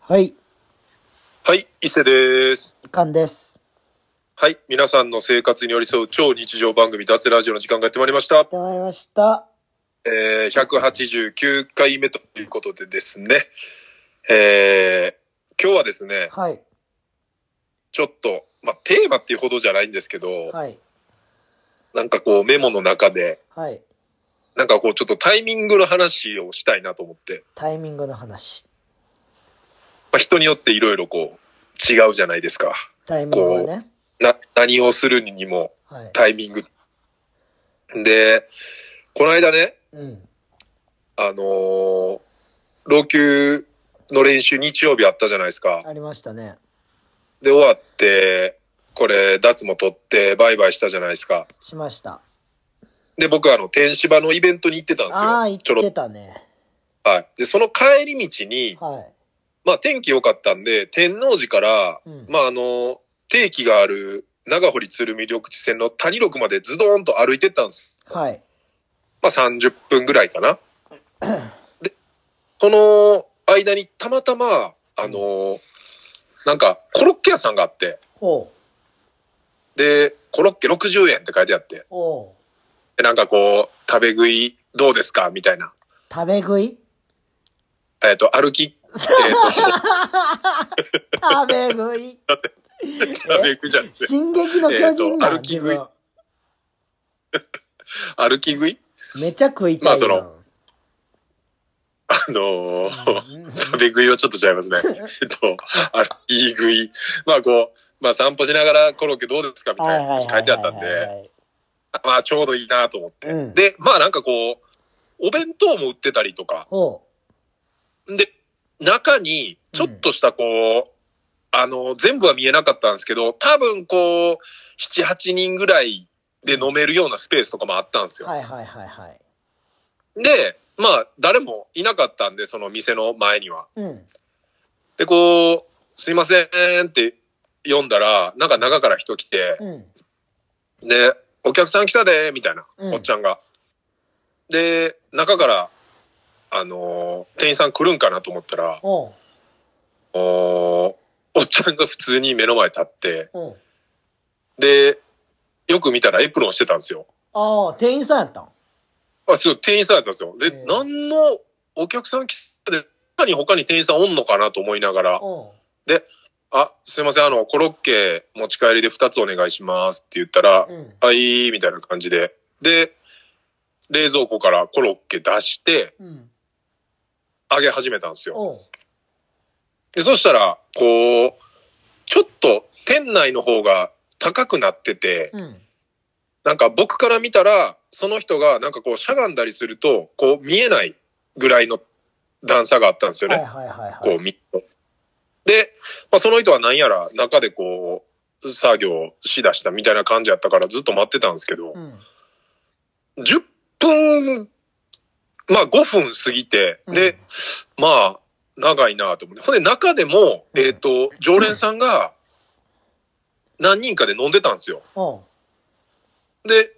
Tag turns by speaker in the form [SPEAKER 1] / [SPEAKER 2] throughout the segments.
[SPEAKER 1] はい、
[SPEAKER 2] はい、伊勢です。
[SPEAKER 1] カンです。
[SPEAKER 2] はい、皆さんの生活に寄り添う超日常番組、脱ラジオの時間がやってまいりました。
[SPEAKER 1] やってまいりました。
[SPEAKER 2] えー、189回目ということでですね、えー、今日はですね、
[SPEAKER 1] はい、
[SPEAKER 2] ちょっと、まあ、テーマっていうほどじゃないんですけど、
[SPEAKER 1] はい、
[SPEAKER 2] なんかこうメモの中で、
[SPEAKER 1] はい。
[SPEAKER 2] なんかこうちょっとタイミングの話をしたいなと思って、
[SPEAKER 1] タイミングの話。
[SPEAKER 2] まあ、人によっていろいろこう違うじゃないですか。
[SPEAKER 1] タイミングはね。
[SPEAKER 2] な、何をするにも
[SPEAKER 1] はい。
[SPEAKER 2] タイミング。で、この間ね、
[SPEAKER 1] うん。
[SPEAKER 2] あのー老朽の練習日曜日あったじゃないですか。
[SPEAKER 1] ありましたね。
[SPEAKER 2] で、終わって、これ、脱も取って、バイバイしたじゃないですか。
[SPEAKER 1] しました。
[SPEAKER 2] で、僕、あの、天芝のイベントに行ってたんですよ。
[SPEAKER 1] ああ、言っ
[SPEAKER 2] ちょろ
[SPEAKER 1] て
[SPEAKER 2] っと
[SPEAKER 1] たね。
[SPEAKER 2] はい。で、その帰り道に、
[SPEAKER 1] はい。
[SPEAKER 2] まあ、天気良かったんで、天王寺から、
[SPEAKER 1] うん
[SPEAKER 2] まあ、あのー定期がある、長堀鶴見緑地線の谷六までズドーンと歩いてったんですよ。
[SPEAKER 1] はい。
[SPEAKER 2] まあ、30分ぐらいかな。で、その間にたまたま、あのーなんか、コロッケ屋さんがあって、
[SPEAKER 1] ほう。
[SPEAKER 2] で、コロッケ60円って書いてあって、
[SPEAKER 1] おう。
[SPEAKER 2] でなんかこう、食べ食いどうですかみたいな。
[SPEAKER 1] 食べ食い
[SPEAKER 2] えっ、と、歩き、えー
[SPEAKER 1] 食べ食 い。
[SPEAKER 2] と、食べ食いじゃなくて、
[SPEAKER 1] 進撃の巨人
[SPEAKER 2] えー
[SPEAKER 1] だ、
[SPEAKER 2] と歩
[SPEAKER 1] 自
[SPEAKER 2] き食い
[SPEAKER 1] 分。
[SPEAKER 2] 歩き食い
[SPEAKER 1] めちゃ食いたい。
[SPEAKER 2] まあその。あのー 食べ食いはちょっと違いますね。えっと、歩き食い。まあこう、まあ散歩しながらコロッケどうですかみ
[SPEAKER 1] は
[SPEAKER 2] た
[SPEAKER 1] い
[SPEAKER 2] い
[SPEAKER 1] は
[SPEAKER 2] な
[SPEAKER 1] はいは
[SPEAKER 2] い
[SPEAKER 1] いはい。
[SPEAKER 2] 書いてあったんで、 まあちょうどいいなと思って。
[SPEAKER 1] うん
[SPEAKER 2] で、まあなんかこう、お弁当も売ってたりとか、
[SPEAKER 1] ほ
[SPEAKER 2] で、中に、ちょっとしたこう、あの、全部は見えなかったんですけど、多分こう、7、8人ぐらいで飲めるようなスペースとかもあったんです
[SPEAKER 1] う。
[SPEAKER 2] よ。
[SPEAKER 1] はいはいはいはい。
[SPEAKER 2] で、まあ、誰もいなかったんで、その店の前には。
[SPEAKER 1] うん。
[SPEAKER 2] で、こう、すいませんって読んだら、なんか中から人来て、
[SPEAKER 1] うん。
[SPEAKER 2] で、お客さん来たで、みたいな、
[SPEAKER 1] うん
[SPEAKER 2] おっちゃんが。で、中から、あのー店員さん来るんかなと思ったら、
[SPEAKER 1] おう。
[SPEAKER 2] おーおっちゃんが普通に目の前立って、
[SPEAKER 1] おう。
[SPEAKER 2] で、よく見たらエプロンしてたんですよ。
[SPEAKER 1] ああ、店員さんやったん
[SPEAKER 2] あ、そう、店員さんやったんですよ。で、
[SPEAKER 1] うん
[SPEAKER 2] 何のお客さん来て、で他に他に店員さんおんのかなと思いながら、
[SPEAKER 1] おう。
[SPEAKER 2] で、あ、すいません、あの、コロッケ持ち帰りで2つお願いしますって言ったら、
[SPEAKER 1] うん
[SPEAKER 2] はい、みたいな感じで。で、冷蔵庫からコロッケ出して、
[SPEAKER 1] うん。
[SPEAKER 2] 揚げ始めたんですよ。
[SPEAKER 1] おう。
[SPEAKER 2] で、そしたら、こう、ちょっと店内の方が高くなってて、
[SPEAKER 1] うん。
[SPEAKER 2] なんか僕から見たら、その人がなんかこうしゃがんだりすると、こう見えないぐらいの段差があったんですよね。
[SPEAKER 1] はいはいはいはい。
[SPEAKER 2] こう見で、まあ、その人は何やら中でこう、作業しだしたみたいな感じやったからずっと待ってたんですけど
[SPEAKER 1] う、ん。
[SPEAKER 2] 10分、まあ5分過ぎて、
[SPEAKER 1] うん
[SPEAKER 2] で、まあ、長いなと思って。ほんで中でも、えっ、と、常連さんが何人かで飲んでたんですよ。
[SPEAKER 1] おう。
[SPEAKER 2] で、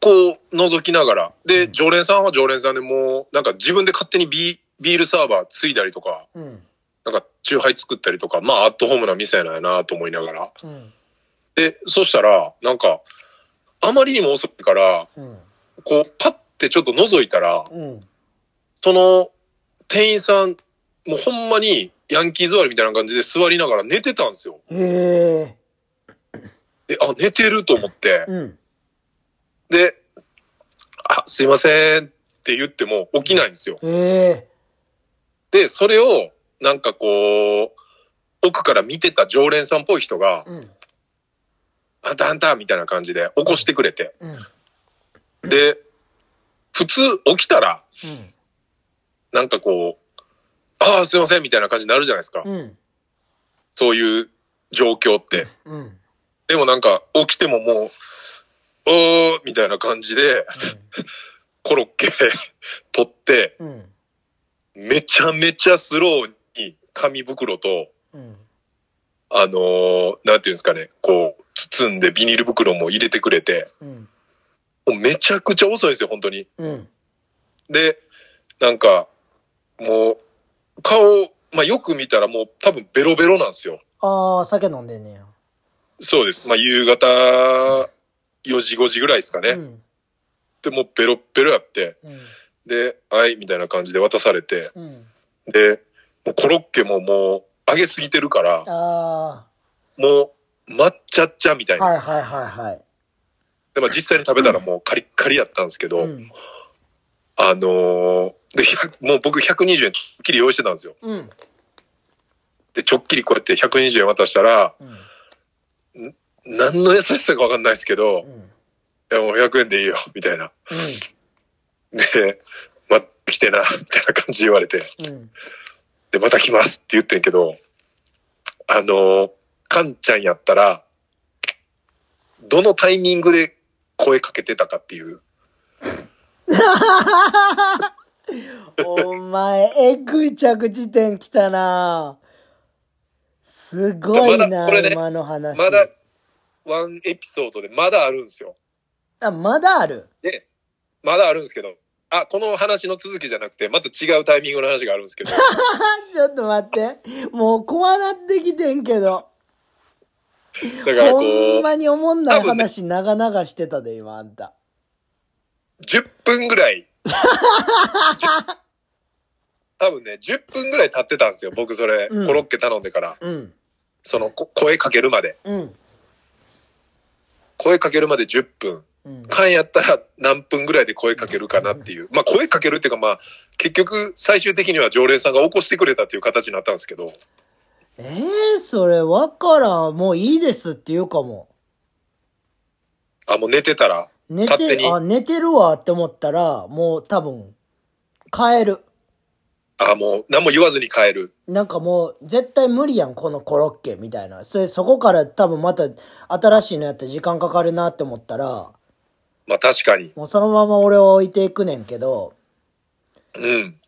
[SPEAKER 2] こう、覗きながら。で、
[SPEAKER 1] うん
[SPEAKER 2] 常連さんは常連さんでもう、なんか自分で勝手にビービールサーバーついだりとか、
[SPEAKER 1] うん。
[SPEAKER 2] なんか、チューハイ作ったりとか、まあ、アットホームな店やないなと思いながら。
[SPEAKER 1] うん。
[SPEAKER 2] で、そしたら、なんか、あまりにも遅いから、
[SPEAKER 1] うん。
[SPEAKER 2] こう、パッてちょっと覗いたら、
[SPEAKER 1] うん。
[SPEAKER 2] その、店員さん、もうほんまに、ヤンキー座りみたいな感じで座りながら寝てたんですよ。
[SPEAKER 1] へえ。
[SPEAKER 2] で、あ、寝てると思って。
[SPEAKER 1] うん。
[SPEAKER 2] で、あ、すいませんって言っても起きないんですよ。
[SPEAKER 1] へえ。
[SPEAKER 2] で、それを、なんかこう、奥から見てた常連さんっぽい人が、
[SPEAKER 1] うん。
[SPEAKER 2] あんたあんたみたいな感じで起こしてくれて。
[SPEAKER 1] うん。うん。
[SPEAKER 2] で、普通起きたら、なんかこう、ああ、すいませんみたいな感じになるじゃないですか。
[SPEAKER 1] うん。
[SPEAKER 2] そういう状況って。
[SPEAKER 1] うん。
[SPEAKER 2] でもなんか起きてももう、おーみたいな感じで、コロッケ 取って、
[SPEAKER 1] うん。
[SPEAKER 2] めちゃめちゃスローに紙袋と、
[SPEAKER 1] うん。
[SPEAKER 2] あのーなんていうんですかね、こう、包んでビニール袋も入れてくれて、
[SPEAKER 1] うん。
[SPEAKER 2] もうめちゃくちゃ遅いんですよ、本当に。
[SPEAKER 1] うん。
[SPEAKER 2] で、なんか、もう、顔、まあよく見たらもう多分ベロベロなんですよ。
[SPEAKER 1] ああ、酒飲んでんねや。
[SPEAKER 2] そうです。まあ夕方4時5時ぐらいですかね。
[SPEAKER 1] うん。
[SPEAKER 2] で、もうベロッベロやって、
[SPEAKER 1] うん。
[SPEAKER 2] で、はい、みたいな感じで渡されて、
[SPEAKER 1] うん。
[SPEAKER 2] で、もうコロッケももう揚げすぎてるから、
[SPEAKER 1] あ
[SPEAKER 2] もう抹茶っちゃみたい
[SPEAKER 1] あ、
[SPEAKER 2] な。
[SPEAKER 1] はいはいはいはい。
[SPEAKER 2] でまあ、実際に食べたらもうカリッカリやったんですけ
[SPEAKER 1] う
[SPEAKER 2] ど、
[SPEAKER 1] ん。
[SPEAKER 2] あのーで、100もう僕120円ちょっきり用意してたんですよ。
[SPEAKER 1] うん。
[SPEAKER 2] で、ちょっきりこうやって120円渡したら、
[SPEAKER 1] うん。
[SPEAKER 2] 何の優しさかわかんないですけど
[SPEAKER 1] う、ん。
[SPEAKER 2] いやもう100円でいいよ、みたいな。で、また来てな、みたいな感じで言われて、
[SPEAKER 1] うん。
[SPEAKER 2] で、また来ますって言ってんけど、あのー、かんちゃんやったら、どのタイミングで声かけてたかっていう。
[SPEAKER 1] お前、えぐい着地点来たなすごい
[SPEAKER 2] まだ
[SPEAKER 1] な、
[SPEAKER 2] これね
[SPEAKER 1] 今の話。
[SPEAKER 2] まだ、ワンエピソードでまだあるんですよ。
[SPEAKER 1] あ、まだある。
[SPEAKER 2] で、まだあるんですけど、あ、この話の続きじゃなくて、また違うタイミングの話があるんで すけど、
[SPEAKER 1] ちょっと待って。もう怖なってきてんけど。
[SPEAKER 2] だからこ
[SPEAKER 1] ほん
[SPEAKER 2] う、
[SPEAKER 1] まにおもんない話長々してたで、今、あんた。
[SPEAKER 2] 10分ぐらい、多分ね、10分ぐらい経ってたんですよ。僕それ、
[SPEAKER 1] うん
[SPEAKER 2] コロッケ頼んでから、
[SPEAKER 1] うん。
[SPEAKER 2] その、こ声かけるまで。
[SPEAKER 1] うん。
[SPEAKER 2] 声かけるまで10分。
[SPEAKER 1] うん。
[SPEAKER 2] 缶やったら何分ぐらいで声かけるかなっていう。まあ声かけるっていうかまあ、結局最終的には常連さんが起こしてくれたっていう形になったんですけど、
[SPEAKER 1] ええそれわからん。もういいですっていうかも。
[SPEAKER 2] あ、もう寝てたら、
[SPEAKER 1] 寝
[SPEAKER 2] 勝手に
[SPEAKER 1] て、あ、寝てるわって思ったら、もう多分、帰る。
[SPEAKER 2] あ、もう何も言わずに帰る。
[SPEAKER 1] なんかもう、絶対無理やん、このコロッケみたいな。それ、そこから多分また、新しいのやって時間かかるなって思ったら、
[SPEAKER 2] まあ確かに。
[SPEAKER 1] もうそのまま俺を置いていくねんけど、
[SPEAKER 2] うん。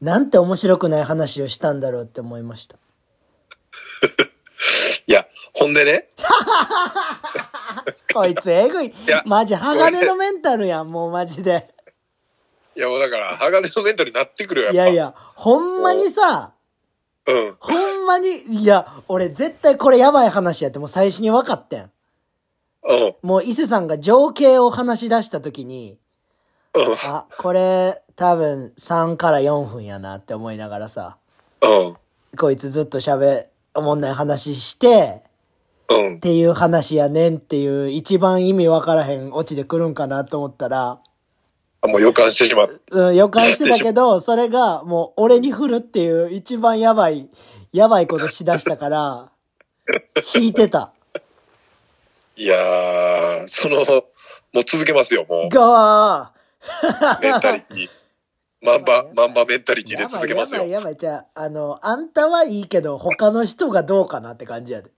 [SPEAKER 1] なんて面白くない話をしたんだろうって思いました。
[SPEAKER 2] いや、ほんでね、
[SPEAKER 1] こいつえぐい
[SPEAKER 2] や。
[SPEAKER 1] マジ、鋼のメンタルやん、もうマジで。
[SPEAKER 2] いやもうだから、鋼のメンタルになってくるよ、やっ
[SPEAKER 1] い
[SPEAKER 2] ぱ。
[SPEAKER 1] やいや、ほんまにさ、
[SPEAKER 2] うん。
[SPEAKER 1] ほんまに、いや、俺絶対これやばい話やってもう最初に分かってん。
[SPEAKER 2] うん。
[SPEAKER 1] もう伊勢さんが情景を話し出した時に、
[SPEAKER 2] うん。
[SPEAKER 1] あ、これ多分3から4分やなって思いながらさ、
[SPEAKER 2] うん。
[SPEAKER 1] こいつずっと喋、おもんない話して、
[SPEAKER 2] うん
[SPEAKER 1] っ。ていう話やねんっていう一番意味分からへんオチで来るんかなと思ったら、
[SPEAKER 2] あもう予感してしまう。
[SPEAKER 1] うん、予感してたけど、それがもう俺に振るっていう一番やばい、やばいことしだしたから、引いてた。
[SPEAKER 2] いやー、その、もう続けますよ、も
[SPEAKER 1] ガ
[SPEAKER 2] う。メンタリ ティ。マンバ、マンバメンタリテ
[SPEAKER 1] ー
[SPEAKER 2] ィで続けます
[SPEAKER 1] やばい
[SPEAKER 2] よ。
[SPEAKER 1] やばい、じゃあ、あの、あんたはいいけど、他の人がどうかなって感じやで。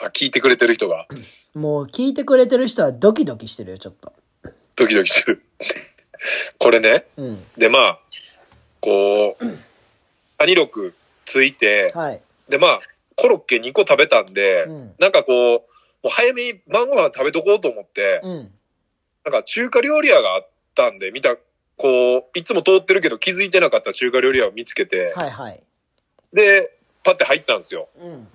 [SPEAKER 2] あ、聞いてくれてる人が、
[SPEAKER 1] もう聞いてくれてる人はドキドキしてるよ、ちょっと。
[SPEAKER 2] ドキドキしてる。 これね。
[SPEAKER 1] うん。
[SPEAKER 2] で、まあ、こう、アニロクついて、
[SPEAKER 1] はい。
[SPEAKER 2] で、まあ、コロッケ2個食べたんで、
[SPEAKER 1] うん
[SPEAKER 2] なんかこう、もう早めに晩ご飯食べとこうと思って、
[SPEAKER 1] うん。
[SPEAKER 2] なんか中華料理屋があったんで、見た、こう、いつも通ってるけど気づいてなかった中華料理屋を見つけて、
[SPEAKER 1] はいはい。
[SPEAKER 2] で、パッて入ったんですよ。
[SPEAKER 1] うん。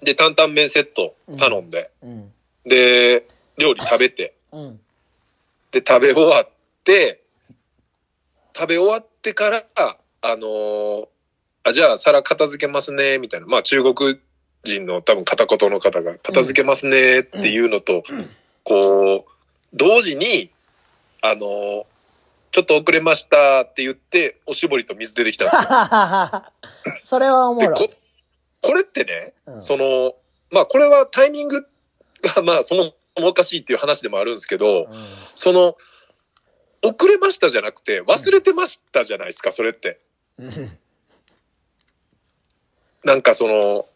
[SPEAKER 2] で、担々麺セット頼んで、
[SPEAKER 1] うん。
[SPEAKER 2] で、料理食べて、
[SPEAKER 1] うん。
[SPEAKER 2] で、食べ終わって、食べ終わってから、あのーあ、じゃあ皿片付けますね、みたいな。まあ中国人の多分片言の方が片付けますねっていうのと、こう、同時に、あのーちょっと遅れましたって言って、おしぼりと水出てきたんですよ。
[SPEAKER 1] それはおも
[SPEAKER 2] で
[SPEAKER 1] ろい
[SPEAKER 2] こ。これってね、
[SPEAKER 1] うん
[SPEAKER 2] その、まあこれはタイミングが、まあそもそもおかしいっていう話でもあるんですけ
[SPEAKER 1] う
[SPEAKER 2] ど、
[SPEAKER 1] ん
[SPEAKER 2] その、遅れましたじゃなくて、忘れてましたじゃないですか、それって。なんかその、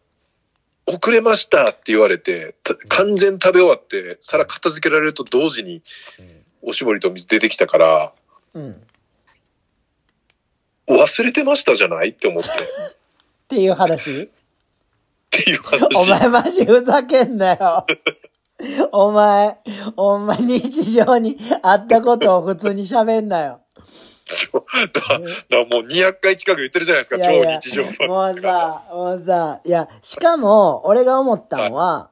[SPEAKER 2] 遅れましたって言われて、た完全食べ終わって、皿片付けられると同時に、おしぼりと水出てきたから、
[SPEAKER 1] うん。っ
[SPEAKER 2] 忘れてましたじゃないって思って、って
[SPEAKER 1] いう話
[SPEAKER 2] ていう
[SPEAKER 1] お
[SPEAKER 2] 話。
[SPEAKER 1] 前マジふざけんなよ。お 前、お前日常にあったことを普通に喋んなよ。
[SPEAKER 2] 超だだからもう200回近く言ってるじゃないですか、
[SPEAKER 1] いやいや
[SPEAKER 2] 超日常版って感じ
[SPEAKER 1] もうさ、もうさ、いや、しかも、俺が思ったのは、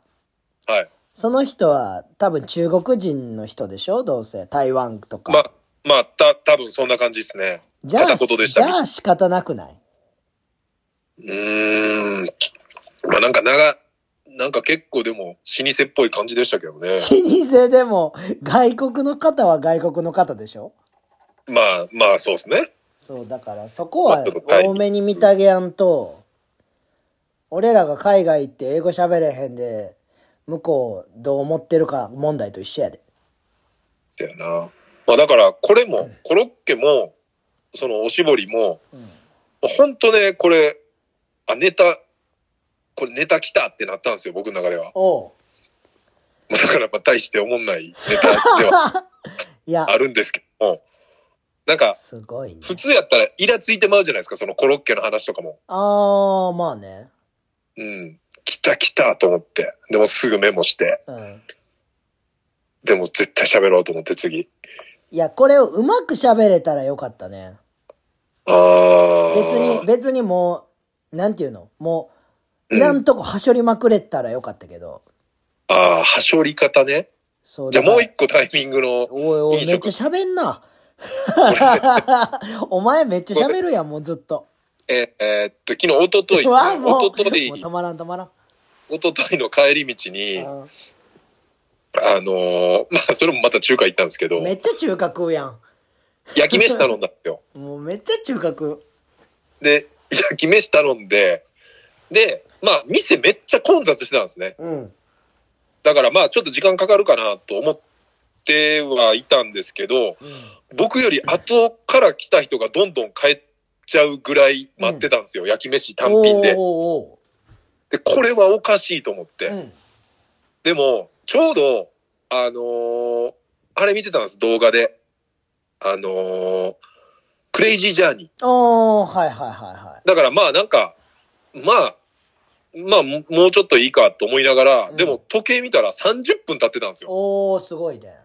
[SPEAKER 2] はい。
[SPEAKER 1] その人は多分中国人の人でしょどうせ。台湾とか。
[SPEAKER 2] まあ、まあ、た、多分そんな感じですね。
[SPEAKER 1] じゃあ、
[SPEAKER 2] 片言でしたけ
[SPEAKER 1] じ
[SPEAKER 2] ど
[SPEAKER 1] ゃあ仕方なくないう
[SPEAKER 2] ーん。まあなんか長、なんか結構でも老舗っぽい感じでしたけどね。
[SPEAKER 1] 老舗でも、外国の方は外国の方でしょ
[SPEAKER 2] まあまあそうですね。
[SPEAKER 1] そう、だからそこは
[SPEAKER 2] ちょっと大変
[SPEAKER 1] 多めに見てあげやんと、俺らが海外行って英語喋れへんで、向こうどう思ってるか問題と一緒やで。
[SPEAKER 2] だよな。まあだからこれも、コロッケも、そのおしぼりも、ほんとね、これ、あ、ネタ、これネタ来たってなったんですよ、僕の中では。
[SPEAKER 1] おう。
[SPEAKER 2] まあだからまあ大して思んないネタでは
[SPEAKER 1] いや、
[SPEAKER 2] あるんですけども、なんか
[SPEAKER 1] すごいね。
[SPEAKER 2] 普通やったらイラついてまうじゃないですか、そのコロッケの話とかも。
[SPEAKER 1] あー、まあね。
[SPEAKER 2] うん。来た来たと思って。でもすぐメモして。
[SPEAKER 1] うん。
[SPEAKER 2] でも絶対喋ろうと思って次。
[SPEAKER 1] いや、これをうまく喋れたらよかったね。
[SPEAKER 2] ああ。
[SPEAKER 1] 別に、別にもう、なんていうのもう、なんとこはしょりまくれたらよかったけど。
[SPEAKER 2] ああ、はしょり方ね。
[SPEAKER 1] そう
[SPEAKER 2] じゃあ
[SPEAKER 1] だから
[SPEAKER 2] もう一個タイミングの。
[SPEAKER 1] おいおい、
[SPEAKER 2] 飲
[SPEAKER 1] めっち
[SPEAKER 2] 食
[SPEAKER 1] ゃ喋んな。お前めっちゃ喋るやん、もうずっと。
[SPEAKER 2] えーえーっと、昨日、おとといです
[SPEAKER 1] う わ
[SPEAKER 2] ね。
[SPEAKER 1] もう、も
[SPEAKER 2] お
[SPEAKER 1] う
[SPEAKER 2] ととい、
[SPEAKER 1] 止まらん止まらん。
[SPEAKER 2] おとといの帰り道に、あ
[SPEAKER 1] う
[SPEAKER 2] のー まあ、それもまた中華行ったんですけど
[SPEAKER 1] ん、めっちゃ中華食うやん。
[SPEAKER 2] 焼き飯頼んだんですよ。
[SPEAKER 1] もうめっちゃ中華食う。
[SPEAKER 2] で、焼き飯頼んで、で、まあ、店めっちゃ混雑してたんですね。
[SPEAKER 1] うん。
[SPEAKER 2] だからまあ、ちょっと時間かかるかなと思ってはいたんですけど、僕より後から来た人がどんどん帰っちゃうぐらい待ってたんですよ。焼き飯単品で。
[SPEAKER 1] お
[SPEAKER 2] で、これはおかしいと思って。
[SPEAKER 1] ーおーおーうん。
[SPEAKER 2] でも、ちょうど、あのーあれ見てたんです、動画で。あのークレイジージャーニー。
[SPEAKER 1] おー、はいはいはいはい。
[SPEAKER 2] だからまあなんか、まあ、まあももうちょっといいかと思いながら、
[SPEAKER 1] うん
[SPEAKER 2] でも時計見たら30分経ってたんですよ。
[SPEAKER 1] おー、すごいね。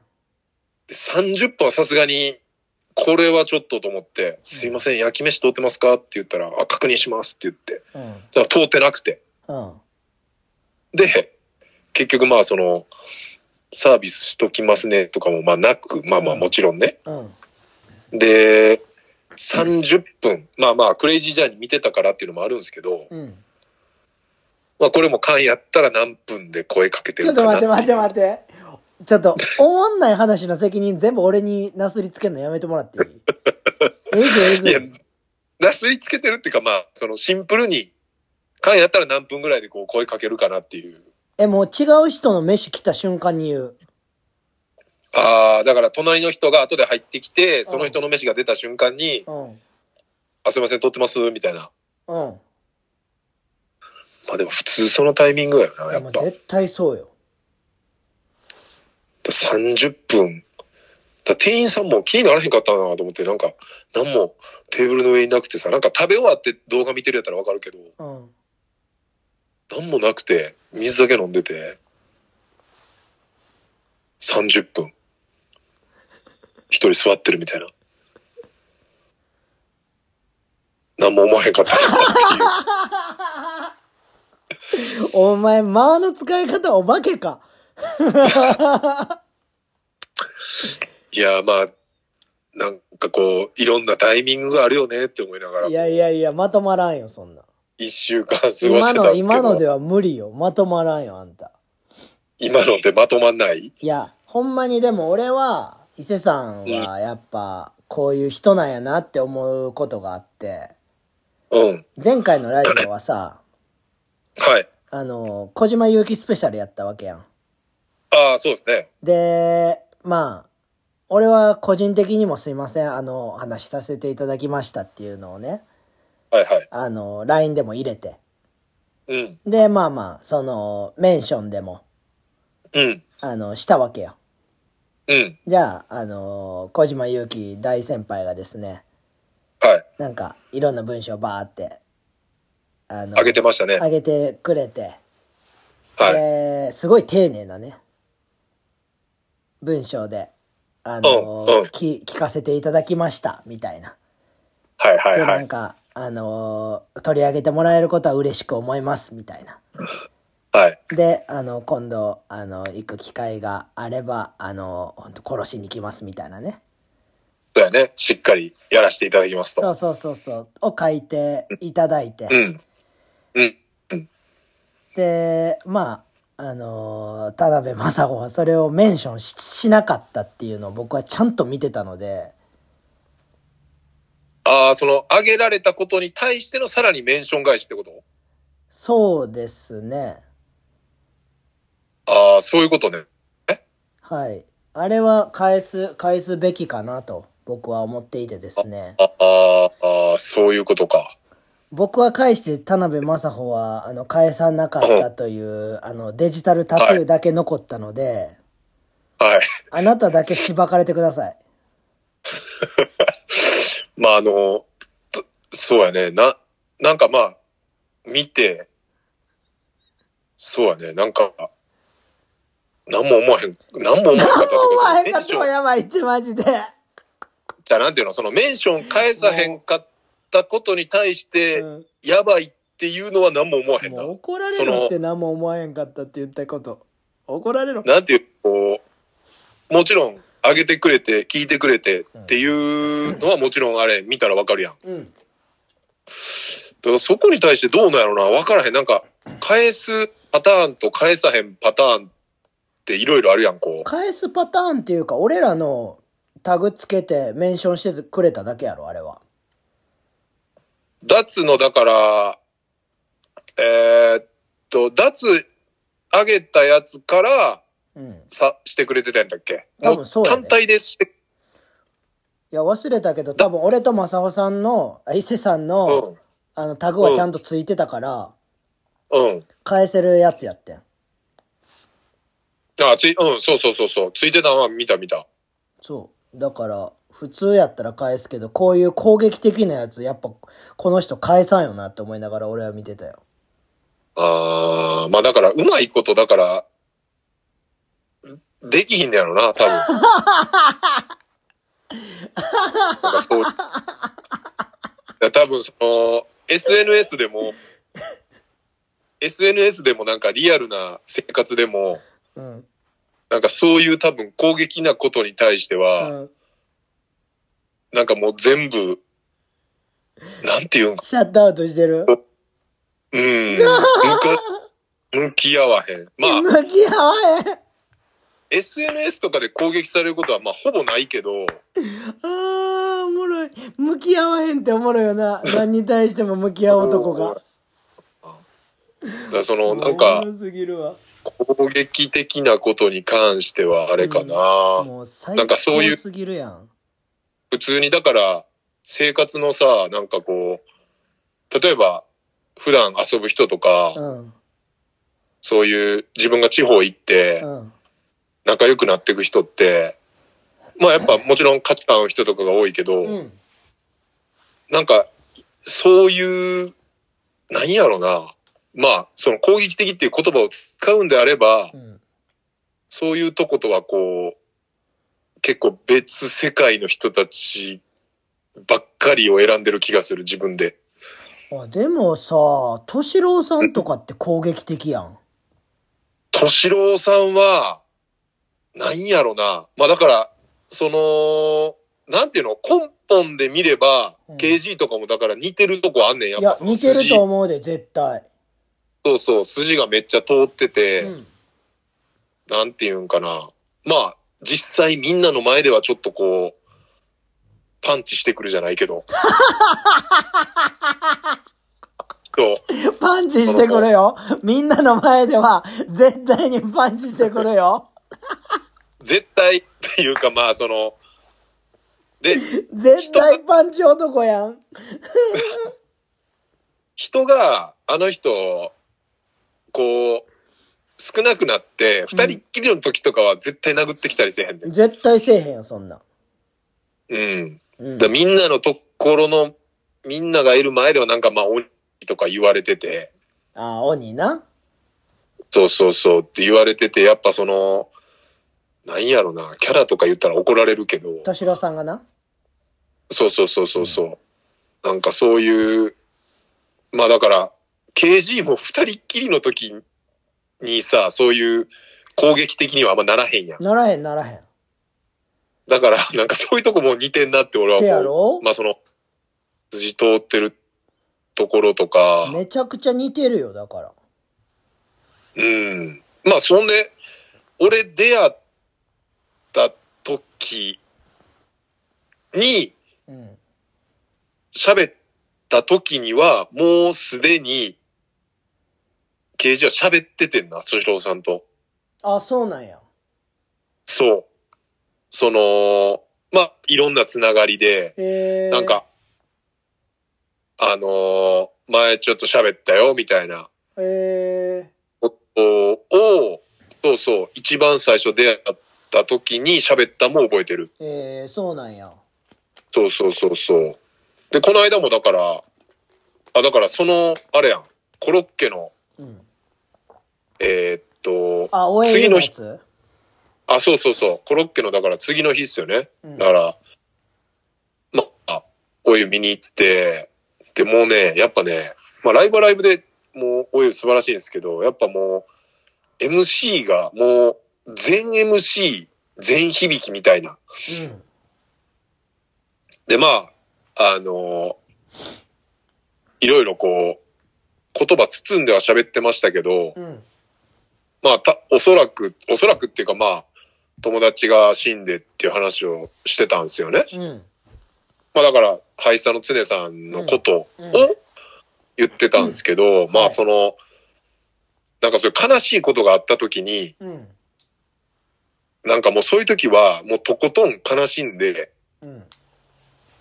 [SPEAKER 2] で30分はさすがに、これはちょっとと思って、すいません、焼き飯通ってますかって言ったら、あ、確認しますって言って。
[SPEAKER 1] う
[SPEAKER 2] だから通ってなくて。
[SPEAKER 1] ん。うん。
[SPEAKER 2] で、結局まあその、サービスしときますねとかもまあなく、まあまあもちろんね。
[SPEAKER 1] うん。
[SPEAKER 2] で、30分、まあまあクレイジージャーニー見てたからっていうのもあるんですけど、
[SPEAKER 1] うん。
[SPEAKER 2] まあこれも缶やったら何分で声かけて
[SPEAKER 1] ちょ
[SPEAKER 2] る
[SPEAKER 1] っと
[SPEAKER 2] か
[SPEAKER 1] 待
[SPEAKER 2] な
[SPEAKER 1] って待って待って。ちょっと、おもんない話の責任全部俺になすりつけるのやめてもらっていいえぐいえぐ
[SPEAKER 2] い
[SPEAKER 1] い。
[SPEAKER 2] や、なすりつけてるっていうかまあ、そのシンプルに、缶やったら何分ぐらいでこう声かけるかなっていう。
[SPEAKER 1] え、もう違う人の飯来た瞬間に言う。
[SPEAKER 2] ああ、だから隣の人が後で入ってきて、その人の飯が出た瞬間に、
[SPEAKER 1] うん。
[SPEAKER 2] あ、すいません、撮ってますみたいな。
[SPEAKER 1] うん。
[SPEAKER 2] まあでも普通そのタイミングだよな、
[SPEAKER 1] で
[SPEAKER 2] や
[SPEAKER 1] も
[SPEAKER 2] っぱ。
[SPEAKER 1] 絶対そうよ。
[SPEAKER 2] 30分。だ店員さんも気にならへんかったなと思って、なんか、何もテーブルの上になくてさ、なんか食べ終わって動画見てるやったらわかるけど、
[SPEAKER 1] うん。
[SPEAKER 2] 何もなくて、水だけ飲んでて、30分。一人座ってるみたいな。何も思わへんかったなって
[SPEAKER 1] お前、間の使い方お化けか。
[SPEAKER 2] いう。いや、まあ、なんかこう、いろんなタイミングがあるよねって思いながら
[SPEAKER 1] い、やいやいや、まとまらんよ、そんな。
[SPEAKER 2] 一週間過ごしてたんで
[SPEAKER 1] 今
[SPEAKER 2] すけど。
[SPEAKER 1] の、今のでは無理よ。まとまらんよ、あんた。
[SPEAKER 2] 今のでまとまんない
[SPEAKER 1] いや、ほんまにでも俺は、伊勢さんはやっぱ、こういう人なんやなって思うことがあって、
[SPEAKER 2] うん。
[SPEAKER 1] 前回のライブはさ、
[SPEAKER 2] はい。
[SPEAKER 1] あの、小島祐希スペシャルやったわけやん。
[SPEAKER 2] ああ、そうですね。
[SPEAKER 1] で、まあ、俺は個人的にもすいません、あの、話しさせていただきましたっていうのをね、
[SPEAKER 2] はいはい。
[SPEAKER 1] あの、LINE でも入れて。
[SPEAKER 2] うん。
[SPEAKER 1] で、まあまあ、その、メンションでも、
[SPEAKER 2] うん。
[SPEAKER 1] あの、したわけよ。
[SPEAKER 2] うん。
[SPEAKER 1] じゃあ、あの、小島祐希大先輩がですね、
[SPEAKER 2] はい。
[SPEAKER 1] なんか、いろんな文章バーって、あの
[SPEAKER 2] 上げてましたね。は
[SPEAKER 1] 上
[SPEAKER 2] い。
[SPEAKER 1] げてくれて、ですごい丁寧なね、文章で、あの
[SPEAKER 2] うんうん
[SPEAKER 1] き聞かせていただきました、みたいな。
[SPEAKER 2] はいはい
[SPEAKER 1] で、
[SPEAKER 2] は
[SPEAKER 1] ないん。か、あのー取り上げてもらえることは嬉しく思います、みたいな。
[SPEAKER 2] はい。
[SPEAKER 1] で、あの、今度、あの、行く機会があれば、あの、本当殺しに来ます、みたいなね。
[SPEAKER 2] そうやね。しっかりやらせていただきます
[SPEAKER 1] そ
[SPEAKER 2] と。
[SPEAKER 1] うそうそうそう、を書いていただいて。
[SPEAKER 2] うん。うん。
[SPEAKER 1] で、まあ、あのー田辺正子はそれをメンションししなかったっていうのを僕はちゃんと見てたので、
[SPEAKER 2] ああ、その、上げられたことに対してのさらにメンション返しってこと
[SPEAKER 1] そうですね。
[SPEAKER 2] ああ、そういうことね。
[SPEAKER 1] はい。あれは返す、返すべきかなと、僕は思っていてですね。
[SPEAKER 2] ああああ、そういうことか。
[SPEAKER 1] 僕は返して田辺正穂は、あの、返さなかったという、あの、デジタルタトゥーだけ残ったので、
[SPEAKER 2] はい。
[SPEAKER 1] あなただけしばかれてください。
[SPEAKER 2] まあ、あの、とそうやね。な、なんかまあ、見て、そうやね。なんか、なんも思わへん、なんも思わへんかっ たと
[SPEAKER 1] お
[SPEAKER 2] か、その
[SPEAKER 1] 前
[SPEAKER 2] メ
[SPEAKER 1] が
[SPEAKER 2] ンシ
[SPEAKER 1] も
[SPEAKER 2] ョ
[SPEAKER 1] う
[SPEAKER 2] ン、
[SPEAKER 1] やばいってマジで。
[SPEAKER 2] じゃあなんていうの、そのメンション返さへんかったことに対して
[SPEAKER 1] う、ん
[SPEAKER 2] やばいっていうのはなんも思わへんな
[SPEAKER 1] もう。怒られるって何も思わへんかったって言ったこと。怒られろ。
[SPEAKER 2] なんていう、こう、もちろん、上げてくれて、聞いてくれてっていうのはもちろんあれ、見たらわかるやん。
[SPEAKER 1] うん。
[SPEAKER 2] だからそこに対してどうなんやろな、わからへん。なんか、返すパターンと返さへんパターンっていろいろあるやん、こう。
[SPEAKER 1] 返すパターンっていうか、俺らのタグつけてメンションしてくれただけやろ、あれは。
[SPEAKER 2] 脱の、だから、えーっと、脱上げたやつから、
[SPEAKER 1] うん。
[SPEAKER 2] さ、してくれてたんだっけ
[SPEAKER 1] 多分そうやね
[SPEAKER 2] も単体でして、
[SPEAKER 1] いや、忘れたけど、多分俺と正穂さんの、あ伊勢さんの、
[SPEAKER 2] うん。
[SPEAKER 1] あの、タグはちゃんとついてたから、
[SPEAKER 2] うん。
[SPEAKER 1] 返せるやつやってん。
[SPEAKER 2] あ、つい、うん、そうそうそうそう。ついてたのは見た見た。
[SPEAKER 1] そう。だから、普通やったら返すけど、こういう攻撃的なやつ、やっぱ、この人返さんよなって思いながら俺は見てたよ。
[SPEAKER 2] あー、まあだから、うまいこと、だから、できひんねやろな、多分。 なんかそう。いや多分、その、SNS でも、SNS でもなんかリアルな生活でも、
[SPEAKER 1] うん。
[SPEAKER 2] なんかそういう多分攻撃なことに対して
[SPEAKER 1] う
[SPEAKER 2] は、
[SPEAKER 1] ん。
[SPEAKER 2] なんかもう全部、なんていうんか、
[SPEAKER 1] シャットアウトしてる
[SPEAKER 2] うん、向か向き合わへん。まあ、
[SPEAKER 1] 向き合わへん。
[SPEAKER 2] SNS とかで攻撃されることはまあほぼないけど、
[SPEAKER 1] ああ、おもろい。向き合わへんっておもろいよな。何に対しても向き合う男が。
[SPEAKER 2] だからそのなんか
[SPEAKER 1] おもろすぎるわ。
[SPEAKER 2] 攻撃的なことに関してはあれかな。
[SPEAKER 1] もう最
[SPEAKER 2] なんかそういう
[SPEAKER 1] 高すぎるやん。
[SPEAKER 2] 普通にだから生活のさ、なんかこう、例えば普段遊ぶ人と
[SPEAKER 1] う
[SPEAKER 2] か、
[SPEAKER 1] ん。
[SPEAKER 2] そういう自分が地方行って
[SPEAKER 1] うん。
[SPEAKER 2] 仲良くなっていく人って、まあやっぱもちろん価値観の人とかが多いけど、
[SPEAKER 1] うん。
[SPEAKER 2] なんか、そういう、何やろな。まあ、その攻撃的っていう言葉を使うんであれば
[SPEAKER 1] う、ん。
[SPEAKER 2] そういうとことはこう、結構別世界の人たちばっかりを選んでる気がする、自分で。
[SPEAKER 1] あ、でもさ、敏郎さんとかって攻撃的やん。
[SPEAKER 2] 敏郎さんは、何やろな。まあだから、その、なんていうの、根本で見れば、
[SPEAKER 1] うん
[SPEAKER 2] KG とかもだから似てるとこあんねん、やっ
[SPEAKER 1] いや
[SPEAKER 2] ぱ、その
[SPEAKER 1] 似てる
[SPEAKER 2] 筋
[SPEAKER 1] と思うで、絶対。
[SPEAKER 2] そうそう、筋がめっちゃ通ってて、
[SPEAKER 1] うん。
[SPEAKER 2] なんていうんかな。まあ、実際みんなの前ではちょっとこう、パンチしてくるじゃないけど。 そう。
[SPEAKER 1] パンチしてくるよ。みんなの前では、絶対にパンチしてくるよ。
[SPEAKER 2] 絶対っていうかまあその、で、
[SPEAKER 1] 絶対パンチ男やん。
[SPEAKER 2] 人が、あの人、こう、少なくなって、二人っきりの時とかは絶対殴ってきたりせえへんねん。
[SPEAKER 1] 絶対せえへんよ、そんなん。
[SPEAKER 2] うん。
[SPEAKER 1] うん
[SPEAKER 2] だからみんなのところの、みんながいる前ではなんかまあ、鬼とか言われてて、
[SPEAKER 1] あー、鬼な。
[SPEAKER 2] そうそうそうって言われてて、やっぱその、なんやろな、キャラとか言ったら怒られるけど、
[SPEAKER 1] 敏郎さんがな。
[SPEAKER 2] そうそうそうそうそう。なんかそういう、まあだから、KG も二人っきりの時にさ、そういう攻撃的にはあんまならへんやん。
[SPEAKER 1] ならへんならへん。
[SPEAKER 2] だから、なんかそういうとこも似てんなって俺は
[SPEAKER 1] せや
[SPEAKER 2] 思
[SPEAKER 1] ろ
[SPEAKER 2] う。まあその、筋通ってるところとか、
[SPEAKER 1] めちゃくちゃ似てるよ、だから。
[SPEAKER 2] うん。まあそんで、俺出会った時に、
[SPEAKER 1] うん。
[SPEAKER 2] 喋った時には、もうすでに、刑事は喋っててんな、敏郎さんと。
[SPEAKER 1] あ、そうなんや。
[SPEAKER 2] そう。その、まあ、いろんなつながりで、
[SPEAKER 1] えー、
[SPEAKER 2] なん。か、あのー前ちょっと喋ったよ、みたいな
[SPEAKER 1] え
[SPEAKER 2] ことを、そうそう、一番最初出会った時に喋ったも覚えてる。
[SPEAKER 1] ー、えー、そうなんや。
[SPEAKER 2] そうそうそうそう。で、この間もだから、あ、だからその、あれやん、コロッケの、
[SPEAKER 1] うん。
[SPEAKER 2] えーっと、
[SPEAKER 1] あ、応援
[SPEAKER 2] 次
[SPEAKER 1] の
[SPEAKER 2] の
[SPEAKER 1] や
[SPEAKER 2] 日、
[SPEAKER 1] つ
[SPEAKER 2] あ、そうそうそう、コロッケのだから次の日っすよね。
[SPEAKER 1] うん
[SPEAKER 2] だから、まあ、お湯見に行って、で、もうね、やっぱね、まあライブはライブでもうお湯素晴らしいんですけど、やっぱもう、MC がもう、全 MC、全響きみたいな。
[SPEAKER 1] うん。
[SPEAKER 2] で、まあ、あのいろいろこう、言葉包んでは喋ってましたけど、
[SPEAKER 1] うん。
[SPEAKER 2] まあ、た、おそらく、おそらくっていうかまあ、友達が死んでっていう話をしてたんですよね。
[SPEAKER 1] うん。
[SPEAKER 2] まあだから、敗者の常さんのことを
[SPEAKER 1] うん
[SPEAKER 2] 言ってたんですけど、ま
[SPEAKER 1] はい
[SPEAKER 2] あその、なんかそういう悲しいことがあった時に、
[SPEAKER 1] うん。
[SPEAKER 2] なんかもうそういう時は、もうとことん悲しんで、
[SPEAKER 1] うん。
[SPEAKER 2] も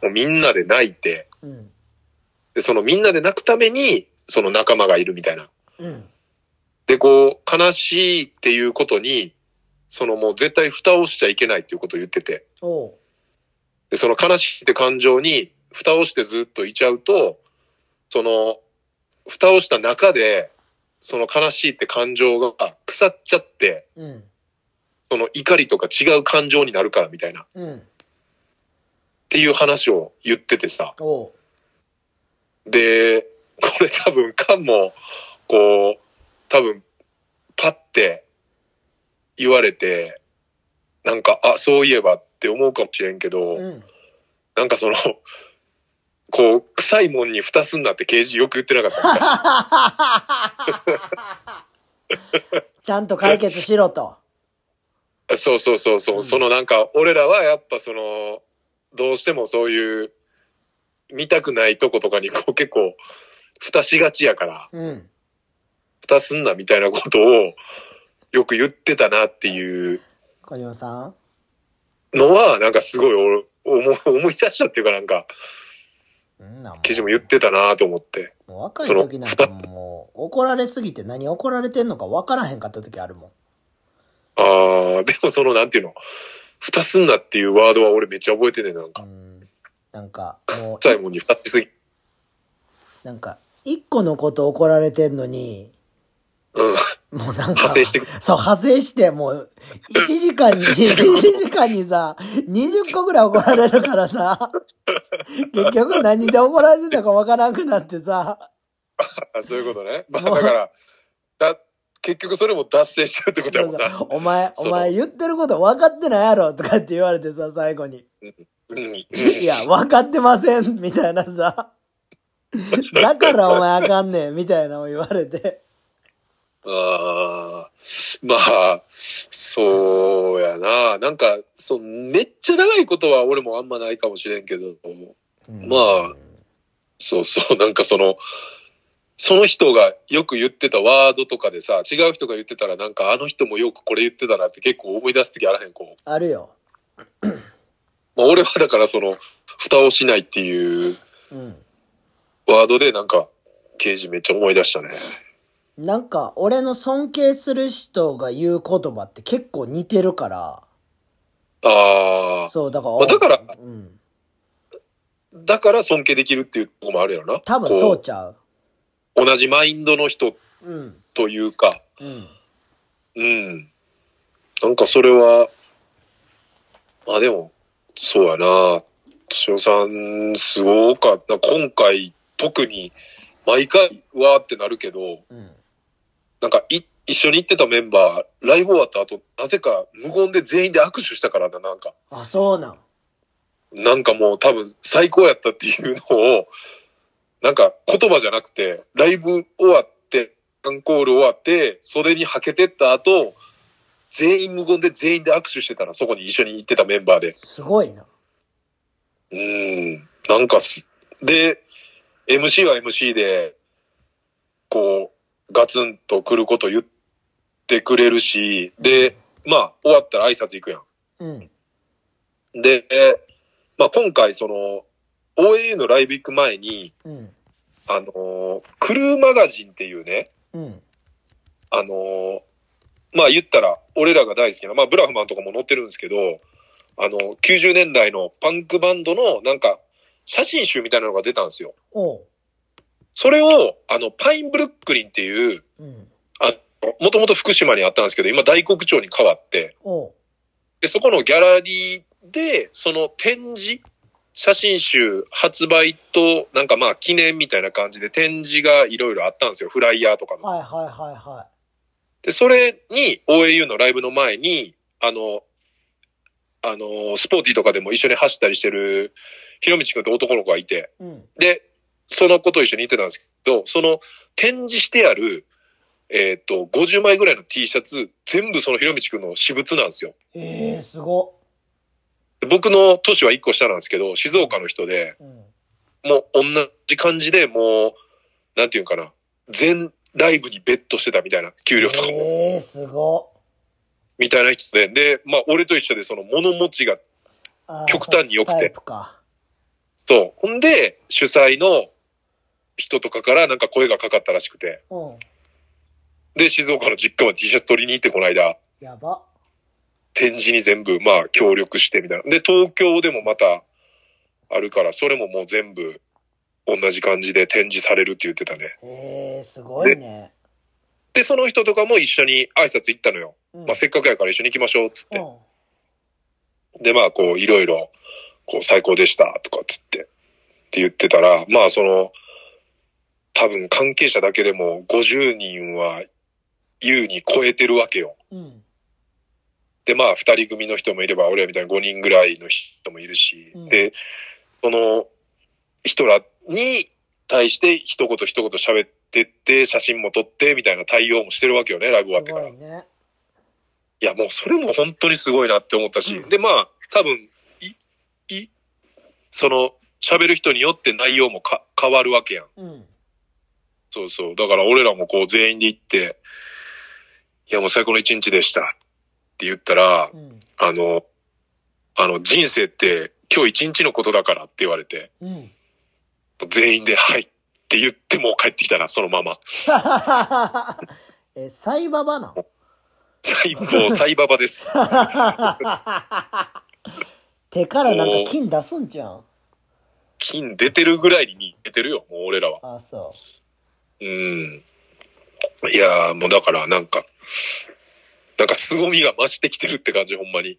[SPEAKER 2] うみんなで泣いて、
[SPEAKER 1] うん。
[SPEAKER 2] で、そのみんなで泣くために、その仲間がいるみたいな。
[SPEAKER 1] うん。
[SPEAKER 2] で、こう、悲しいっていうことに、そのもう絶対蓋をしちゃいけないっていうことを言ってて、
[SPEAKER 1] おう。
[SPEAKER 2] で、その悲しいって感情に蓋をしてずっといちゃうと、その、蓋をした中で、その悲しいって感情が腐っちゃって、
[SPEAKER 1] うん。
[SPEAKER 2] その怒りとか違う感情になるからみたいな、っ
[SPEAKER 1] うん。
[SPEAKER 2] ていう話を言っててさ。
[SPEAKER 1] おう。
[SPEAKER 2] で、これ多分カンも、こう、多分、パって言われて、なんか、あ、そういえばって思うかもしれんけど、
[SPEAKER 1] うん。
[SPEAKER 2] なんかその、 こう、臭いもんに蓋すんなって刑事よく言ってなかった。
[SPEAKER 1] ちゃんと解決しろと。
[SPEAKER 2] そうそうそうそう、
[SPEAKER 1] うん
[SPEAKER 2] そのなんか、俺らはやっぱその、どうしてもそういう、見たくないとことかにこう結構、蓋しがちやから、
[SPEAKER 1] うん。
[SPEAKER 2] 蓋すんなみたいなことを、よく言ってたなっていう
[SPEAKER 1] 小島さん
[SPEAKER 2] のは、なんかすごい俺、思い思い出したっていうかなんか、
[SPEAKER 1] うんなんも
[SPEAKER 2] 刑事も言ってたなと思って。
[SPEAKER 1] もう若い時なんかもう怒られすぎて何怒られてんのか分からへんかった時あるもん。
[SPEAKER 2] あー、でもそのなんていうの、蓋すんなっていうワードは俺めっちゃ覚えててなんか
[SPEAKER 1] う。んなんかもう
[SPEAKER 2] 臭いもんに蓋しすぎ。
[SPEAKER 1] なんか一個のこと怒られてんのに
[SPEAKER 2] うん。
[SPEAKER 1] もうなんか
[SPEAKER 2] 派生してく
[SPEAKER 1] そう派生してもう1時間に1時間にさ20個ぐらい怒られるから さ結局何で怒られてたか分からなくなってさ
[SPEAKER 2] あそういうことね。ま あ
[SPEAKER 1] もう
[SPEAKER 2] だから、だ結局それも脱線してるってことやもんな。
[SPEAKER 1] お前
[SPEAKER 2] そ
[SPEAKER 1] お
[SPEAKER 2] う
[SPEAKER 1] 前言ってること分かってないやろとかって言われてさ最後に。
[SPEAKER 2] うん。うん
[SPEAKER 1] いや、分かってません、みたいなさ。だからお前あかんねん、みたいなのを言われて。
[SPEAKER 2] あーまあ、そうやな。なんか、そう、めっちゃ長いことは俺もあんまないかもしれんけど、まあ、そうそう、なんかその、その人がよく言ってたワードとかでさ、違う人が言ってたらなんかあの人もよくこれ言ってたなって結構思い出すときあらへん、こう。
[SPEAKER 1] あ、るよ。
[SPEAKER 2] まあ、俺はだからその、蓋をしないっていう
[SPEAKER 1] うん。
[SPEAKER 2] ワードでなんか、刑事めっちゃ思い出したね。
[SPEAKER 1] なんか、俺の尊敬する人が言う言葉って結構似てるから。
[SPEAKER 2] ああ、
[SPEAKER 1] そう、だから。
[SPEAKER 2] まあだから
[SPEAKER 1] うん。
[SPEAKER 2] だから尊敬できるっていうところもあるよな。
[SPEAKER 1] 多分
[SPEAKER 2] こ
[SPEAKER 1] そうちゃう。
[SPEAKER 2] 同じマインドの人
[SPEAKER 1] うん。
[SPEAKER 2] というか、
[SPEAKER 1] うん。
[SPEAKER 2] うん。なんかそれは、まあでも、そうやな。敏夫さん、すごかった。今回、特に、毎回、うわーってなるけど、
[SPEAKER 1] うん。
[SPEAKER 2] なんか、い、一緒に行ってたメンバー、ライブ終わった後、なぜか無言で全員で握手したからな、なんか。
[SPEAKER 1] あ、そうなん。
[SPEAKER 2] なんかもう多分最高やったっていうのを、なんか言葉じゃなくて、ライブ終わって、アンコール終わって、それにはけてった後、全員無言で全員で握手してたら、そこに一緒に行ってたメンバーで。
[SPEAKER 1] すごいな。
[SPEAKER 2] うーん、なんかす、で、MC は MC で、こう、ガツンと来ること言ってくれるし、で、まあ、終わったら挨拶行くやん。
[SPEAKER 1] うん。
[SPEAKER 2] で、えまあ、今回その、OAU のライブ行く前に、
[SPEAKER 1] うん。
[SPEAKER 2] あのークルーマガジンっていうね、
[SPEAKER 1] うん。
[SPEAKER 2] あのーまあ言ったら、俺らが大好きな、まあブラフマンとかも載ってるんですけど、あの、90年代のパンクバンドのなんか、写真集みたいなのが出たんですよ。
[SPEAKER 1] おう。
[SPEAKER 2] それを、あの、パインブルックリンっていう、
[SPEAKER 1] うん。
[SPEAKER 2] あの、もともと福島にあったんですけど、今大黒町に変わって、
[SPEAKER 1] おう。
[SPEAKER 2] で、そこのギャラリーで、その展示、写真集発売と、なんかまあ記念みたいな感じで展示がいろいろあったんですよ。フライヤーとかの。
[SPEAKER 1] はいはいはいは
[SPEAKER 2] で、それに OAU のライブの前に、あの、あの、スポーティーとかでも一緒に走ったりしてる、ひろみちくんって男の子がいて、
[SPEAKER 1] い。うん。
[SPEAKER 2] で、その子と一緒に行ってたんですけど、その展示してある、えっ、と、50枚ぐらいの T シャツ、全部そのひろみちくんの私物なんですよ。
[SPEAKER 1] ええー、すご
[SPEAKER 2] で僕の年は1個下なんですけど、静岡の人で、
[SPEAKER 1] っ。うん。
[SPEAKER 2] もう同じ感じで、もう、なんていうんかな、全ライブにベットしてたみたいな、給料とかも、
[SPEAKER 1] ええー、すご
[SPEAKER 2] みたいな人で、で、まあ、俺と一緒で、その物持ちが、
[SPEAKER 1] あー
[SPEAKER 2] 極端に良くて
[SPEAKER 1] そうタイプか。
[SPEAKER 2] そう。ほんで、主催の人とかからなんか声がかかったらしくて、
[SPEAKER 1] うん。
[SPEAKER 2] で、静岡の実家まで T シャツ取りに行って、この間、
[SPEAKER 1] やば。
[SPEAKER 2] 展示に全部、まあ、協力して、みたいな。で、東京でもまた、あるから、それももう全部、同じ感じで展示されるって言ってたね。
[SPEAKER 1] ええー、すごいね。
[SPEAKER 2] で、その人とかも一緒に挨拶行ったのよ。
[SPEAKER 1] うん。
[SPEAKER 2] まあ、せっかくやから一緒に行きましょう、っつっ
[SPEAKER 1] う
[SPEAKER 2] て。
[SPEAKER 1] ん。
[SPEAKER 2] で、まあ、こう、いろいろ、こう、最高でした、とか、つって、って言ってたら、まあ、その、多分関係者だけでも50人は、優に超えてるわけよ。
[SPEAKER 1] うん。
[SPEAKER 2] で、まあ、二人組の人もいれば、俺らみたいに5人ぐらいの人もいるし、
[SPEAKER 1] うん
[SPEAKER 2] で、その、人らに対して一言一言喋ってって、写真も撮って、みたいな対応もしてるわけよね、ライブ終わっ
[SPEAKER 1] す
[SPEAKER 2] てか
[SPEAKER 1] ごい。
[SPEAKER 2] ら
[SPEAKER 1] ね。
[SPEAKER 2] いや、もうそれも本当にすごいなって思ったし、
[SPEAKER 1] うん
[SPEAKER 2] で、まあ、多分、い、い、その、喋る人によって内容もか変わるわけやん。
[SPEAKER 1] うん。
[SPEAKER 2] そうそう。だから俺らもこう全員で行って、いや、もう最高の一日でしたって言ったら
[SPEAKER 1] う、ん。
[SPEAKER 2] あの、あの、人生って今日一日のことだからって言われて、
[SPEAKER 1] うん。
[SPEAKER 2] 全員で、はいって言ってもう帰ってきたな、そのまま。
[SPEAKER 1] え、サイババなの
[SPEAKER 2] 最後、サイババです。
[SPEAKER 1] 手からなんか金出すんじゃん。
[SPEAKER 2] 金出てるぐらいに出てるよ、もう俺らは。
[SPEAKER 1] あ、そ
[SPEAKER 2] うん。いやー、もうだから、なんか、なんか凄みが増してきてるって感じ、ほんまに。
[SPEAKER 1] う。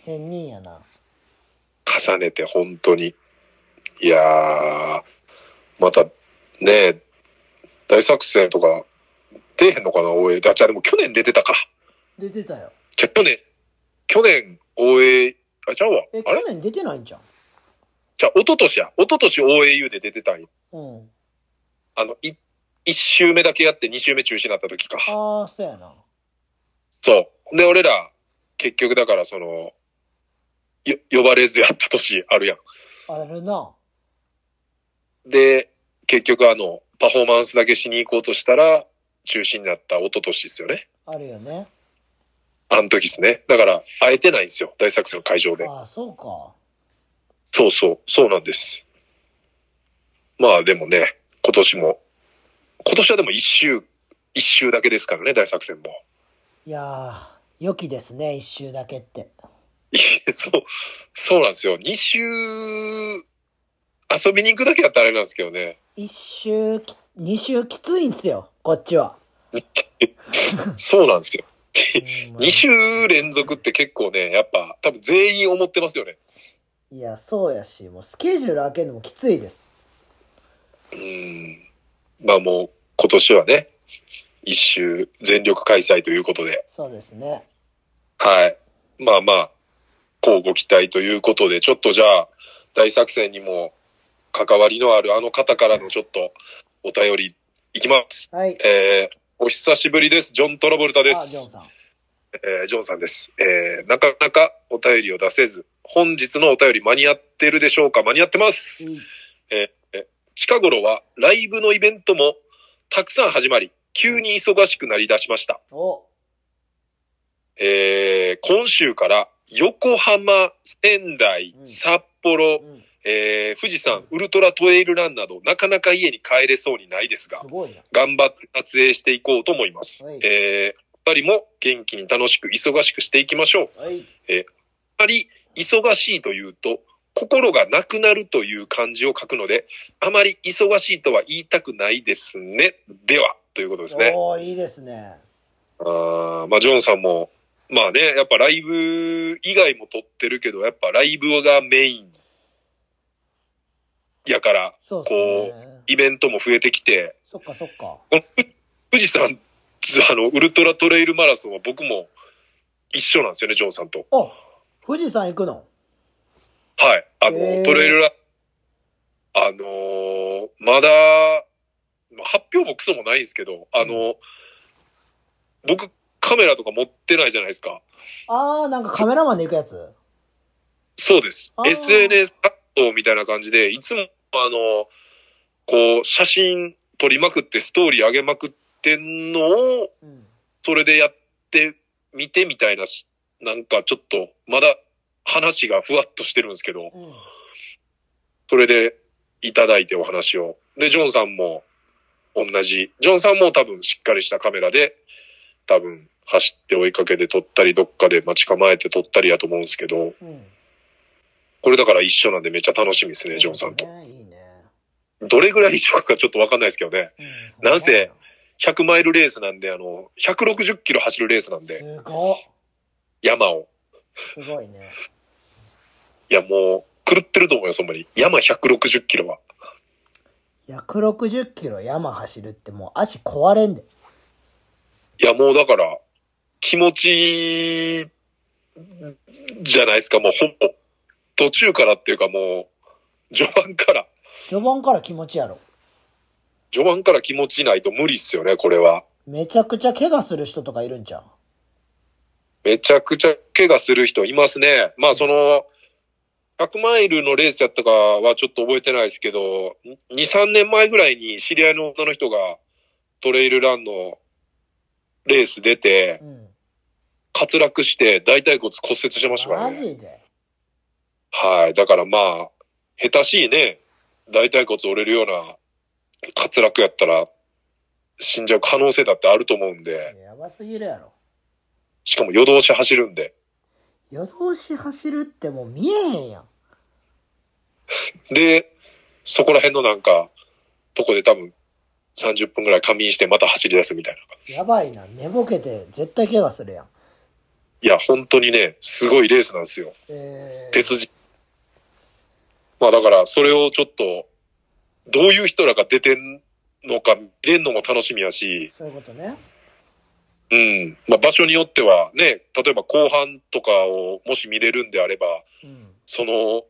[SPEAKER 1] 千人やな。
[SPEAKER 2] 重ねて、本当に。いやー、また、ねえ、大作戦とか、出えへんのかな、OA。あ、じゃあでも去年出てたか。
[SPEAKER 1] 出てたよ。
[SPEAKER 2] じゃあ去年、去年、OA、あ、ちゃうわ。
[SPEAKER 1] え、
[SPEAKER 2] あ
[SPEAKER 1] 去
[SPEAKER 2] れ
[SPEAKER 1] 年出てないんじゃん。
[SPEAKER 2] じゃあ、一昨年や。一昨年 OAU で出てたんや。
[SPEAKER 1] うん。
[SPEAKER 2] あの、い、一周目だけやって二周目中止になった時か。
[SPEAKER 1] ああ、そうやな。
[SPEAKER 2] そう。で、俺ら、結局だからその、よ、呼ばれずやった年あるやん。
[SPEAKER 1] あるな。
[SPEAKER 2] で、結局あの、パフォーマンスだけしに行こうとしたら、中止になった一昨年ですよね。
[SPEAKER 1] あるよね。
[SPEAKER 2] あの時ですね。だから、会えてないんですよ。大作戦の会場で。
[SPEAKER 1] ああ、そうか。
[SPEAKER 2] そうそう、そうなんです。まあでもね、今年も、今年はでも一周、一周だけですからね、大作戦も。
[SPEAKER 1] いやー、良きですね、一周だけって。
[SPEAKER 2] いえそう、そうなんですよ。二周、遊びに行くだけやったらあれなんですけどね。
[SPEAKER 1] 一周き、二周きついんすよ、こっちは。
[SPEAKER 2] そうなんですよ。
[SPEAKER 1] ほんまに
[SPEAKER 2] 2週連続って結構ね、やっぱ多分全員思ってますよね。
[SPEAKER 1] いや、そうやし、もうスケジュール開けるのもきついです。
[SPEAKER 2] まあもう今年はね、一周全力開催ということで、
[SPEAKER 1] そうですね。
[SPEAKER 2] はい。まあまあ、こうご期待ということで、ちょっとじゃあ、大作戦にも関わりのあるあの方からのちょっとお便りいきます。
[SPEAKER 1] はい。
[SPEAKER 2] えー、お久しぶりです。ジョン・トラボルタで
[SPEAKER 1] あ、ジョン
[SPEAKER 2] す。
[SPEAKER 1] さん。
[SPEAKER 2] えー、ジョンさんです。えー、なかなかお便りを出せず、本日のお便り間に合ってるでしょうか間に合ってます。
[SPEAKER 1] うん
[SPEAKER 2] えー近頃はライブのイベントもたくさん始まり、急に忙しくなりだしました。
[SPEAKER 1] お、
[SPEAKER 2] えー今週から横浜、仙台
[SPEAKER 1] う、ん
[SPEAKER 2] 札幌、
[SPEAKER 1] うん、
[SPEAKER 2] えー富士山、ウルトラトレイルランなど、なかなか家に帰れそうにないですが
[SPEAKER 1] す、ごいな。
[SPEAKER 2] 頑張って撮影していこうと思います。
[SPEAKER 1] はい
[SPEAKER 2] えー二人も元気に楽しく忙しくしていきましょう。
[SPEAKER 1] はい。
[SPEAKER 2] あまり忙しいというと、心がなくなるという漢字を書くので、あまり忙しいとは言いたくないですね。では、ということですね。
[SPEAKER 1] おーいいですね。
[SPEAKER 2] あーまあ、ジョンさんも、まあね、やっぱライブ以外も撮ってるけど、やっぱライブがメインやから、
[SPEAKER 1] そうですね。
[SPEAKER 2] イベントも増えてきて、
[SPEAKER 1] そっかそっか。
[SPEAKER 2] このふ富士山、 あの、ウルトラトレイルマラソンは僕も一緒なんですよね、ジョンさんと。
[SPEAKER 1] お、富士山行くの
[SPEAKER 2] はい。あの、
[SPEAKER 1] へー
[SPEAKER 2] トレイルラ、あのーまだ、まあ発表もクソもないんですけど、あの、僕、カメラとか持ってないじゃないですか。
[SPEAKER 1] あー、なんかカメラマンで行くやつ
[SPEAKER 2] そうです
[SPEAKER 1] あ。ー
[SPEAKER 2] SNS 活動みたいな感じで、いつも、あの、こう、写真撮りまくって、ストーリー上げまくってんのを、
[SPEAKER 1] うん。
[SPEAKER 2] それでやってみてみたいなし、なんかちょっと、まだ話がふわっとしてるんですけ
[SPEAKER 1] う
[SPEAKER 2] ど、
[SPEAKER 1] ん。
[SPEAKER 2] それでいただいてお話を。で、ジョンさんも同じ。ジョンさんも多分しっかりしたカメラで、多分走って追いかけて撮ったり、どっかで待ち構えて撮ったりやと思うんですけど、
[SPEAKER 1] うん。
[SPEAKER 2] これだから一緒なんでめっちゃ楽しみですね、ジョンさんと。
[SPEAKER 1] ねいいね。
[SPEAKER 2] どれぐらい以上かちょっとわかんないですけどね。
[SPEAKER 1] う
[SPEAKER 2] なんせ、100マイルレースなんで、あの、160キロ走るレースなんで、
[SPEAKER 1] すごっ
[SPEAKER 2] 山を。
[SPEAKER 1] すごいね。
[SPEAKER 2] いや、もう、狂ってると思うよ、そんなに。山160キロは。
[SPEAKER 1] 160キロ山走るってもう足壊れんで。
[SPEAKER 2] いや、もうだから、気持ち、じゃないですか、もうほぼ。途中からっていうかもう、序盤から、
[SPEAKER 1] 序盤から気持ちやろ。
[SPEAKER 2] 序盤から気持ちないと無理っすよね、これは。
[SPEAKER 1] めちゃくちゃ怪我する人とかいるんじゃん。
[SPEAKER 2] めちゃくちゃ怪我する人いますね。まあその、100マイルのレースやったかはちょっと覚えてないですけど、2、3年前ぐらいに知り合いの女の人がトレイルランのレース出て
[SPEAKER 1] う、ん。
[SPEAKER 2] 滑落して大腿骨骨折してましたからね。
[SPEAKER 1] マジで。
[SPEAKER 2] はい。だからまあ、下手しいね、大腿骨折れるような滑落やったら、死んじゃう可能性だってあると思うんで、
[SPEAKER 1] やばすぎるやろ。
[SPEAKER 2] しかも夜通し走るんで。
[SPEAKER 1] 夜通し走るってもう見えへんやん。
[SPEAKER 2] で、そこら辺のなんか、とこで多分、30分ぐらい仮眠してまた走り出すみたいな。
[SPEAKER 1] やばいな。寝ぼけて絶対怪我するやん。
[SPEAKER 2] いや、本当にね、すごいレースなんですよ。
[SPEAKER 1] えー、
[SPEAKER 2] 鉄人。まあだから、それをちょっと、どういう人らが出てんのか見れんのも楽しみやし、
[SPEAKER 1] そういうことね。
[SPEAKER 2] うん。まあ、場所によってはね、例えば後半とかをもし見れるんであれば、
[SPEAKER 1] うん。
[SPEAKER 2] その、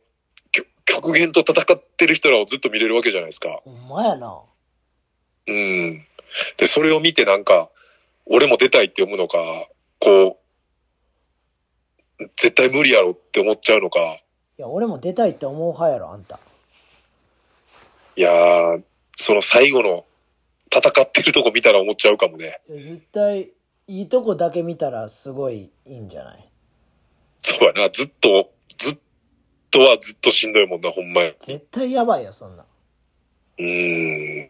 [SPEAKER 2] 極極限と戦ってる人らをずっと見れるわけじゃないですか。
[SPEAKER 1] ほんまやな。
[SPEAKER 2] うん。で、それを見てなんか、俺も出たいって思うのか、こう、絶対無理やろって思っちゃうのか、
[SPEAKER 1] いや、俺も出たいって思う派やろ、あんた。
[SPEAKER 2] いやー、その最後の戦ってるとこ見たら思っちゃうかもね。
[SPEAKER 1] いや絶対、いいとこだけ見たらすごいいいんじゃない
[SPEAKER 2] そうやな、ずっと、ずっとはずっとしんどいもんな、ほんまや。
[SPEAKER 1] 絶対やばいよ、そんなん。
[SPEAKER 2] うーん。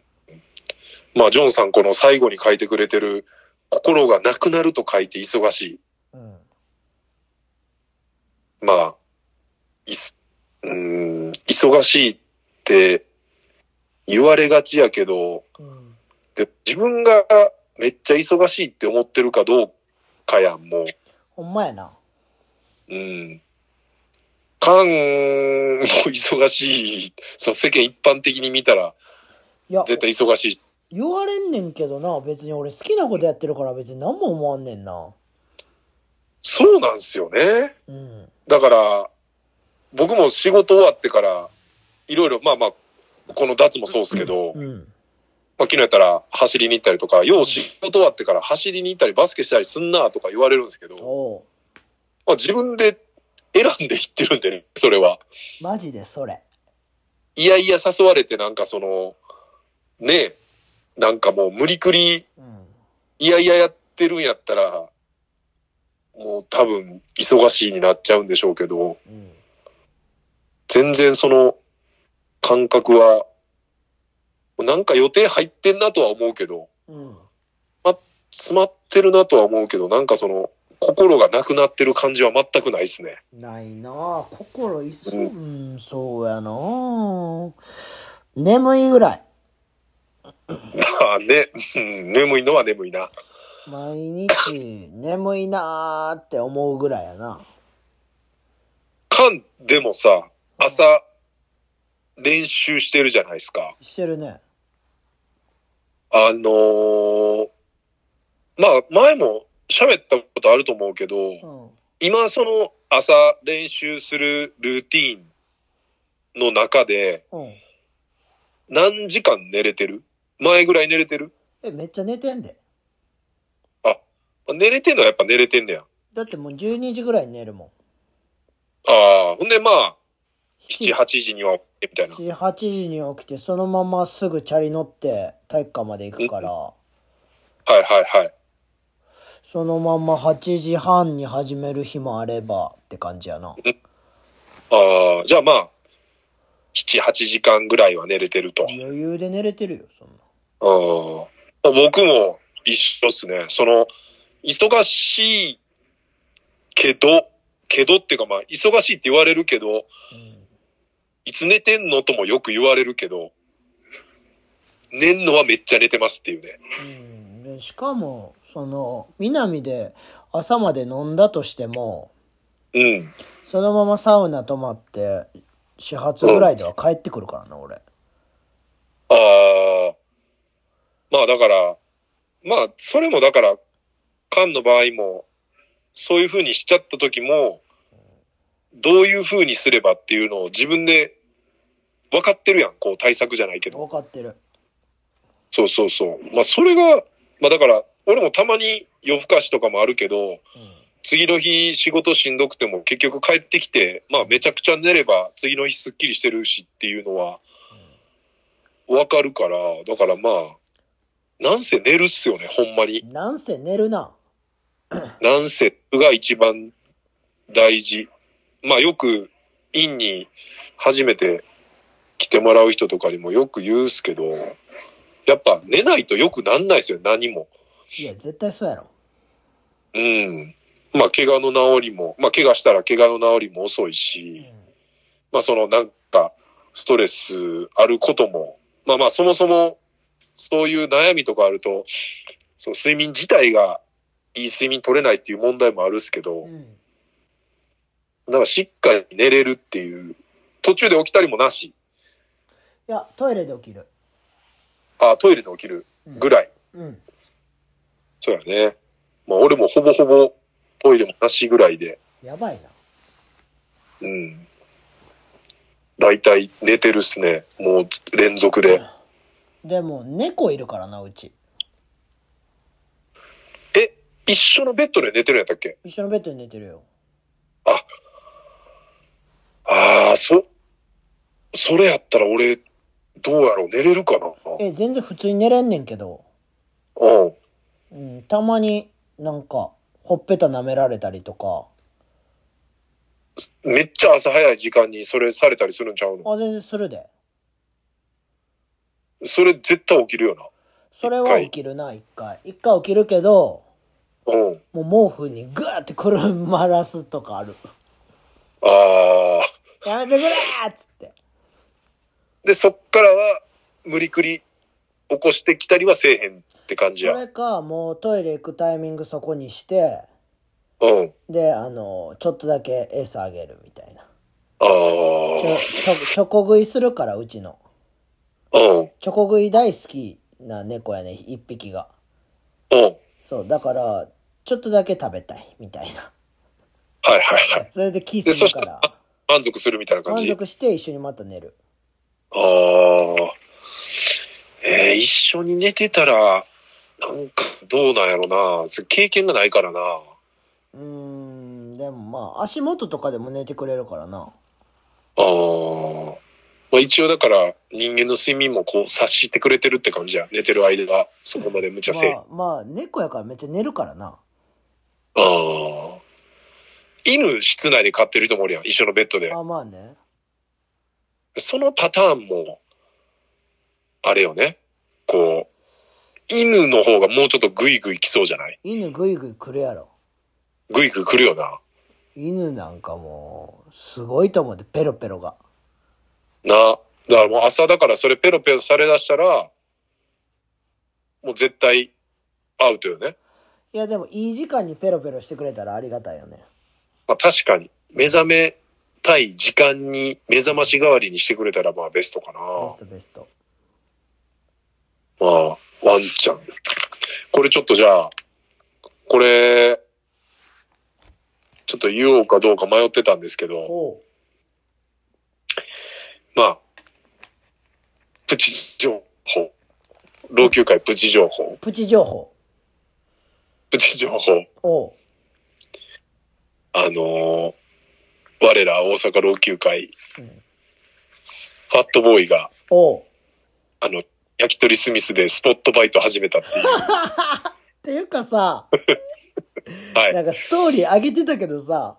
[SPEAKER 2] まあ、ジョンさん、この最後に書いてくれてる、心がなくなると書いて忙し
[SPEAKER 1] うん。
[SPEAKER 2] い。まあ、いす、うーん、忙しいって言われがちやけど、
[SPEAKER 1] うん。
[SPEAKER 2] で自分がめっちゃ忙しいって思ってるかどうかやん、もう。
[SPEAKER 1] ほんまやな。
[SPEAKER 2] うん。カンも忙しい。そう、世間一般的に見たら、
[SPEAKER 1] いや、
[SPEAKER 2] 絶対忙しい。
[SPEAKER 1] 言われんねんけどな、別に俺好きなことやってるから別に何も思わんねんな。
[SPEAKER 2] そうなんですよね。
[SPEAKER 1] うん。
[SPEAKER 2] だから、僕も仕事終わってから、いろいろ、まあまあ、この脱もそうですけど、
[SPEAKER 1] うん。
[SPEAKER 2] まあ、昨日やったら走りに行ったりとか、よう仕事終わってから走りに行ったりバスケしたりすんなとか言われるんですけど、
[SPEAKER 1] おう。
[SPEAKER 2] まあ、自分で選んで行ってるんでね、 それは。
[SPEAKER 1] マジでそれ。
[SPEAKER 2] いやいや誘われてなんかその、ねえ、なんかもう無理くり
[SPEAKER 1] うん。
[SPEAKER 2] いやいややってるんやったら、もう多分忙しいになっちゃうんでしょうけど、
[SPEAKER 1] うん。
[SPEAKER 2] 全然その感覚は、なんか予定入ってんなとは思うけど、
[SPEAKER 1] うん。
[SPEAKER 2] 詰まってるなとは思うけど、なんかその、心がなくなってる感じは全くないですね。
[SPEAKER 1] ないなあ心いっそ、う
[SPEAKER 2] うん
[SPEAKER 1] ん、そうやなあ眠いぐらい。
[SPEAKER 2] まあね、うん眠いのは眠いな。
[SPEAKER 1] 毎日眠いなあって思うぐらいやな。
[SPEAKER 2] カンでもさ、朝、練習してるじゃないですか。
[SPEAKER 1] してるね。
[SPEAKER 2] あのーまあ前も喋ったことあると思うけど、
[SPEAKER 1] うん。
[SPEAKER 2] 今その朝練習するルーティーンの中で
[SPEAKER 1] うん。
[SPEAKER 2] 何時間寝れてる前ぐらい寝れてる
[SPEAKER 1] え、めっちゃ寝てんで。
[SPEAKER 2] 寝れてんのはやっぱ寝れてんねや。
[SPEAKER 1] だってもう12時ぐらいに寝るもん。
[SPEAKER 2] ああ、ほんでまあ、7、8時には起きてみたいな。
[SPEAKER 1] 7 8時に起きて、そのまますぐチャリ乗って体育館まで行くから、
[SPEAKER 2] はいはいはい。
[SPEAKER 1] そのまんま8時半に始める日もあればって感じやな。
[SPEAKER 2] ああ、じゃあまあ、7、8時間ぐらいは寝れてると。
[SPEAKER 1] 余裕で寝れてるよ、そんな。
[SPEAKER 2] うん。僕も一緒っすね。その、忙しいけど、けどっていうかまあ、忙しいって言われるけど、いつ寝てんのともよく言われるけど、寝んのはめっちゃ寝てますっていうね。
[SPEAKER 1] うん、でしかもその南で朝まで飲んだとしても
[SPEAKER 2] うん。
[SPEAKER 1] そのままサウナ泊まって始発ぐらいでは帰ってくるからな俺
[SPEAKER 2] ああ。まあだから、まあ、それもだから、カンの場合も、そういう風にしちゃった時も、どういう風にすればっていうのを自分で分かってるやん。こう対策じゃないけど。
[SPEAKER 1] 分かってる
[SPEAKER 2] そうそうそう。まあそれが、まあだから、俺もたまに夜更かしとかもあるけど、次の日仕事しんどくても結局帰ってきて、まあめちゃくちゃ寝れば次の日すっきりしてるしっていうのは、わかるから、だからまあ、なんせ寝るっすよね、ほんまに。
[SPEAKER 1] なんせ寝るな
[SPEAKER 2] なんせが一番大事。まあよく、院に初めて来てもらう人とかにもよく言うっすけど、やっぱ寝ないとよくなんないっすよ、何も。
[SPEAKER 1] いや絶対そうやろ
[SPEAKER 2] うん。まあ、怪我の治りも、まあ、怪我したら怪我の治りも遅いし、まあ、そのなんか、ストレスあることも、まあまあ、そもそも、そういう悩みとかあると、その睡眠自体が、いい睡眠取れないっていう問題もあるんですけど、
[SPEAKER 1] ん
[SPEAKER 2] なんかしっかり寝れるっていう、途中で起きたりもなし、
[SPEAKER 1] いやトイレで起きる
[SPEAKER 2] あ、トイレで起きるぐらい。
[SPEAKER 1] うん
[SPEAKER 2] そうやね。まあ、俺もほぼほぼトイレもなしぐらいで、
[SPEAKER 1] やばいな
[SPEAKER 2] うん。大体寝てるっすね。もう連続で。
[SPEAKER 1] でも猫いるからなうち
[SPEAKER 2] え、一緒のベッドで寝てるんやったっけ
[SPEAKER 1] 一緒のベッドに寝てるよ
[SPEAKER 2] ああ、そ、それやったら俺、どうやろう寝れるかな
[SPEAKER 1] え全然普通に寝れんねんけど、
[SPEAKER 2] うん。
[SPEAKER 1] うん、たまになんかほっぺた舐められたりとか
[SPEAKER 2] めっちゃ朝早い時間にそれされたりするんちゃうの
[SPEAKER 1] あ全然するで
[SPEAKER 2] それ絶対起きるよな。
[SPEAKER 1] それ
[SPEAKER 2] 一
[SPEAKER 1] は
[SPEAKER 2] 回
[SPEAKER 1] 起きるな、一回。一回起きるけど、
[SPEAKER 2] うん。
[SPEAKER 1] もう毛布にグーってくるまらすとかある。
[SPEAKER 2] ああ。
[SPEAKER 1] やめてくれーっつって。
[SPEAKER 2] で、そっからは、無理くり、起こしてきたりはせえへんって感じ
[SPEAKER 1] そ
[SPEAKER 2] や。
[SPEAKER 1] れか、もうトイレ行くタイミングそこにして、
[SPEAKER 2] うん。
[SPEAKER 1] で、あの、ちょっとだけ餌あげるみたいな。
[SPEAKER 2] あ
[SPEAKER 1] ちょ、ちょ、ちょこ食いするから、うちの。
[SPEAKER 2] あ。うん。うん。
[SPEAKER 1] チョコ食い大好きな猫やね、一匹が。そう、だから、ちょっとだけ食べたい、みたいな。
[SPEAKER 2] はいはいはい。
[SPEAKER 1] それでキ
[SPEAKER 2] で、
[SPEAKER 1] ス
[SPEAKER 2] そ
[SPEAKER 1] だ
[SPEAKER 2] した
[SPEAKER 1] からら、
[SPEAKER 2] 満足するみたいな感
[SPEAKER 1] 満
[SPEAKER 2] じ。あ
[SPEAKER 1] 足して一緒にまた寝る。
[SPEAKER 2] あー。えー、一緒に寝てたら、なんかどうなんやろな。それ経験がないからな。
[SPEAKER 1] うーん、でもまあ、足元とかでも寝てくれるからな。
[SPEAKER 2] ああ。まあ、一応だから人間の睡眠もこう察してくれてるって感じや。寝てる間がそこまで無茶せえ。
[SPEAKER 1] ま
[SPEAKER 2] あ
[SPEAKER 1] あ、まあ、猫やからめっちゃ寝るからな。
[SPEAKER 2] あ。犬室内で飼ってる人もおるやん。一緒のベッドで。
[SPEAKER 1] あ、まあね。
[SPEAKER 2] そのパターンも、あれよね。こう、犬の方がもうちょっとグイグイ来そうじゃない
[SPEAKER 1] 犬ぐいぐい来るやろ。
[SPEAKER 2] グイグイ来るよな。
[SPEAKER 1] 犬なんかもう、すごいと思って、ペロペロが。
[SPEAKER 2] な。だからもう朝だからそれペロペロされだしたら、もう絶対アウトよね。
[SPEAKER 1] いや、でもいい時間にペロペロしてくれたらありがたいよね。
[SPEAKER 2] まあ確かに、目覚めたい時間に目覚まし代わりにしてくれたらまあベストかな。
[SPEAKER 1] ベストベスト。
[SPEAKER 2] まあ、ワンちゃん。これちょっとじゃあ、これ、ちょっと言おうかどうか迷ってたんですけど、
[SPEAKER 1] おう。
[SPEAKER 2] まあ、プチ情報。老朽会プチ情報。
[SPEAKER 1] プチ情報。
[SPEAKER 2] プチ情報。
[SPEAKER 1] おう。
[SPEAKER 2] あのー我ら大阪老朽会、ファットボーイが、
[SPEAKER 1] おう。っ
[SPEAKER 2] あの、焼き鳥スミスでスポットバイト始めたっていう。
[SPEAKER 1] ていうかさ、
[SPEAKER 2] は。
[SPEAKER 1] ないんかストーリー上げてたけどさ、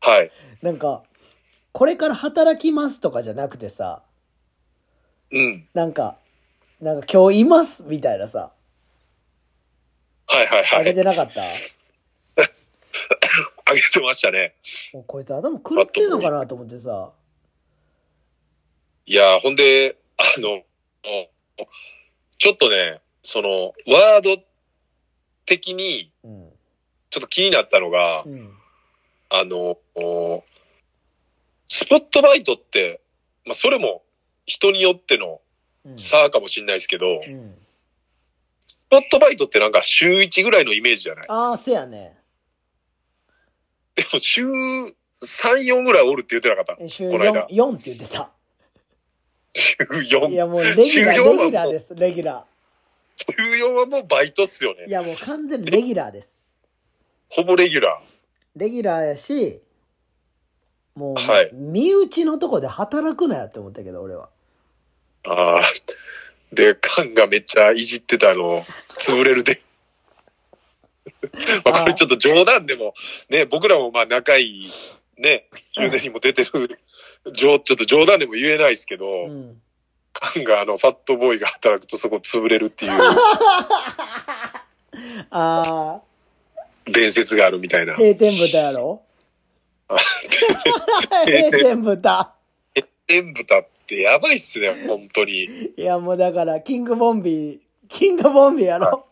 [SPEAKER 2] はい。
[SPEAKER 1] なんか、これから働きますとかじゃなくてさ、
[SPEAKER 2] うん。
[SPEAKER 1] なんか、なんか今日いますみたいなさ、
[SPEAKER 2] はいはいは
[SPEAKER 1] 上
[SPEAKER 2] い。あ
[SPEAKER 1] げ
[SPEAKER 2] げ
[SPEAKER 1] てなかった、
[SPEAKER 2] てましたね。
[SPEAKER 1] もうこいつ頭狂ってんのかなと思ってさ、
[SPEAKER 2] いやー、ほんで、あの、おちょっとね、その、ワード的に、
[SPEAKER 1] うん。
[SPEAKER 2] ちょっと気になったのが、
[SPEAKER 1] うん。
[SPEAKER 2] あの、おスポットバイトって、まあ、それも人によっての
[SPEAKER 1] うん。
[SPEAKER 2] 差かもしれないですけど、
[SPEAKER 1] うん、
[SPEAKER 2] スポットバイトってなんか週1ぐらいのイメージじゃない
[SPEAKER 1] ああ、せやね。
[SPEAKER 2] でも週3、4ぐらいおるって言ってなかった
[SPEAKER 1] え週
[SPEAKER 2] この間
[SPEAKER 1] 4, 4って言ってた。
[SPEAKER 2] 週
[SPEAKER 1] い
[SPEAKER 2] 4。
[SPEAKER 1] やもうレギュラー、
[SPEAKER 2] 週四は
[SPEAKER 1] レ
[SPEAKER 2] もう
[SPEAKER 1] ギュラーです、レギュラ
[SPEAKER 2] 週4はもうバイトっすよ
[SPEAKER 1] ー。い
[SPEAKER 2] ね。
[SPEAKER 1] やもう完全にレギュラーです。
[SPEAKER 2] ほぼレギュラ
[SPEAKER 1] レギュラーやし、もう、
[SPEAKER 2] はい
[SPEAKER 1] 身内のとこで働くなよって思ったけど、俺は。
[SPEAKER 2] ー。あーで、カンがめっちゃいじってたあの、潰れるで。まあこれちょっと冗談でも、ね、僕らもまあ仲いい、ね、中年にも出てる、じょちょっと冗談でも言えないですけど、
[SPEAKER 1] うん。
[SPEAKER 2] カンがあの、ファットボーイが働くとそこ潰れるっていう
[SPEAKER 1] ああ、
[SPEAKER 2] 伝説があるみたいな。
[SPEAKER 1] 閉店豚やろ 閉店豚。
[SPEAKER 2] 天豚ってやばいっすね、本当に。
[SPEAKER 1] いやもうだから、キングボンビー、キングボンビーやろ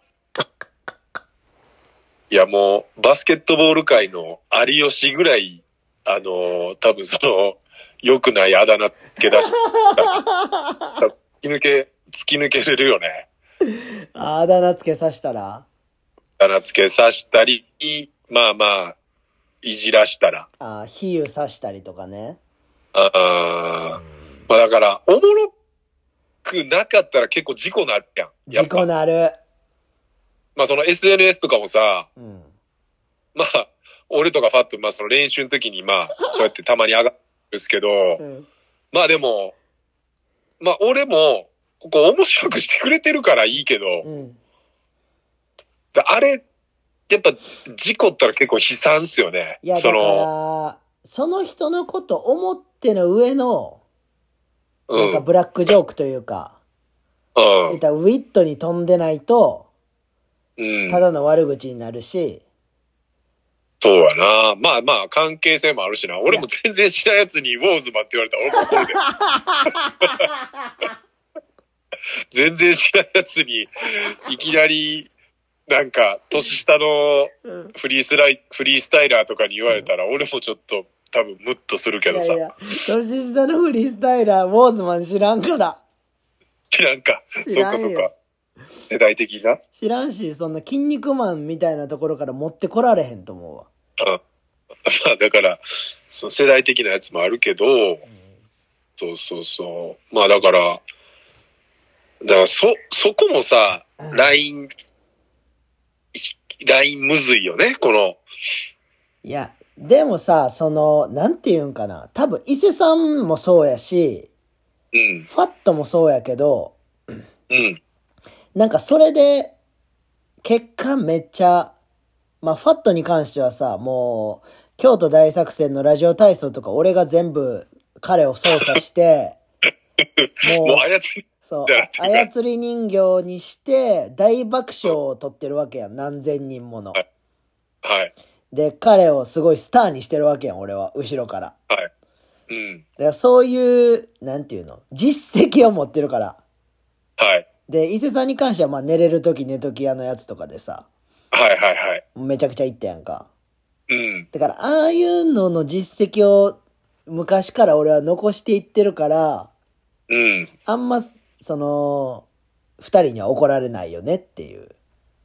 [SPEAKER 2] いやもう、バスケットボール界の有吉ぐらい、あのー多分その、良くないあだ名付け出し突き抜け、突き抜けれるよね。
[SPEAKER 1] ああだ名つけさしたら
[SPEAKER 2] あだ名付けさしたり、まあまあ、いじらしたら。
[SPEAKER 1] ああ、比喩さしたりとかね。
[SPEAKER 2] ああーまあだから、おもろくなかったら結構事故なるやん。や
[SPEAKER 1] 事
[SPEAKER 2] っ
[SPEAKER 1] 故
[SPEAKER 2] ぱ。
[SPEAKER 1] なる。
[SPEAKER 2] まあその SNS とかもさ、
[SPEAKER 1] うん。
[SPEAKER 2] まあ、俺とかファット、まあその練習の時にまあ、そうやってたまに上がるんですけど、
[SPEAKER 1] うん。
[SPEAKER 2] まあでも、まあ俺も、ここ面白くしてくれてるからいいけど、
[SPEAKER 1] うん。
[SPEAKER 2] あれ、やっぱ事故ったら結構悲惨っすよね
[SPEAKER 1] い。や、だ
[SPEAKER 2] そ
[SPEAKER 1] か
[SPEAKER 2] の、
[SPEAKER 1] ら、その人のこと思っての上の、
[SPEAKER 2] う
[SPEAKER 1] なん
[SPEAKER 2] ん、う
[SPEAKER 1] かブラックジョークというか、言っ
[SPEAKER 2] ん、
[SPEAKER 1] たらウィットに飛んでないと、
[SPEAKER 2] うん
[SPEAKER 1] た。だの悪口になるし、
[SPEAKER 2] そうやな。まあまあ関係性もあるしな。俺も全然知らんやつ にウォーズマンって言われたら俺も怒るで。全然知らんやつに、いきなり、なんか、年下の
[SPEAKER 1] うん
[SPEAKER 2] フリースライ、フリースタイラーとかに言われたら、俺もちょっと多分ムッとするけど
[SPEAKER 1] い
[SPEAKER 2] さ
[SPEAKER 1] やい。や、年下のフリースタイラー、ウォーズマン知らんから。
[SPEAKER 2] なんか、
[SPEAKER 1] 知
[SPEAKER 2] そう
[SPEAKER 1] らんよ
[SPEAKER 2] かそうか。世代的な。
[SPEAKER 1] 知らんし、そんな筋肉マンみたいなところから持ってこられへんと思うわ。
[SPEAKER 2] うんまあだから、その世代的なやつもあるけど、そうそうそう。まあだから、だからそ、そこもさ、ライン、ラインむずいよね、この。
[SPEAKER 1] いや、でもさ、その、なんて言うんかな。多分、伊勢さんもそうやし、
[SPEAKER 2] うん、
[SPEAKER 1] ファットもそうやけど、
[SPEAKER 2] うん、
[SPEAKER 1] なんかそれで、結果めっちゃ、まあ、ファットに関してはさ、もう、京都大作戦のラジオ体操とか、俺が全部彼を操作 して、
[SPEAKER 2] もう操り、
[SPEAKER 1] そう
[SPEAKER 2] だって。な
[SPEAKER 1] 操り人形にして、大爆笑を取ってるわけやん。何千人もの。
[SPEAKER 2] はいはい、
[SPEAKER 1] で、彼をすごいスターにしてるわけやん、俺は。後ろから。だか
[SPEAKER 2] はい。うん、
[SPEAKER 1] らそういう、なんていうの実績を持ってるから。
[SPEAKER 2] はい、
[SPEAKER 1] で、伊勢さんに関しては、まあ、寝れる時寝とき屋のやつとかでさ、
[SPEAKER 2] はい、はい、はい。
[SPEAKER 1] めちゃくちゃ言ったやんか。
[SPEAKER 2] うん、
[SPEAKER 1] だから、ああいうのの実績を、昔から俺は残していってるから、
[SPEAKER 2] うん、
[SPEAKER 1] あんま、その、二人には怒られないよねっていう。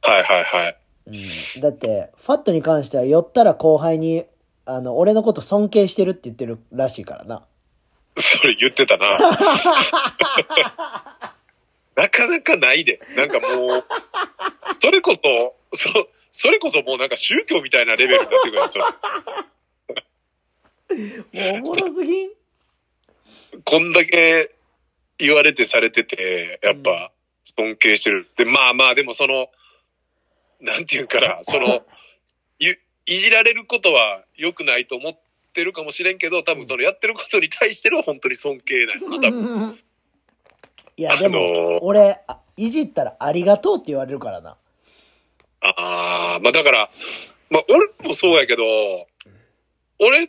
[SPEAKER 2] はい、はい、はい。
[SPEAKER 1] うんだって、ファットに関しては、寄ったら後輩に、あの、俺のこと尊敬してるって言ってるらしいからな。
[SPEAKER 2] それ言ってたな。なかなかないで。なんかもう、それこそ、そ、それこそもうなんか宗教みたいなレベルになってくるよ、それ。
[SPEAKER 1] もうおもろすぎん
[SPEAKER 2] こんだけ言われてされてて、やっぱ尊敬してる。で、まあまあ、でもその、なんていうんかな、その、ゆいじられることは良くないと思ってるかもしれんけど、多分そのやってることに対しての本当に尊敬ないな、多分。
[SPEAKER 1] いや、でも、
[SPEAKER 2] あのー
[SPEAKER 1] 俺、あいじったらありがとうって言われるからな。
[SPEAKER 2] ああ、まあだから、まあ俺もそうやけど、俺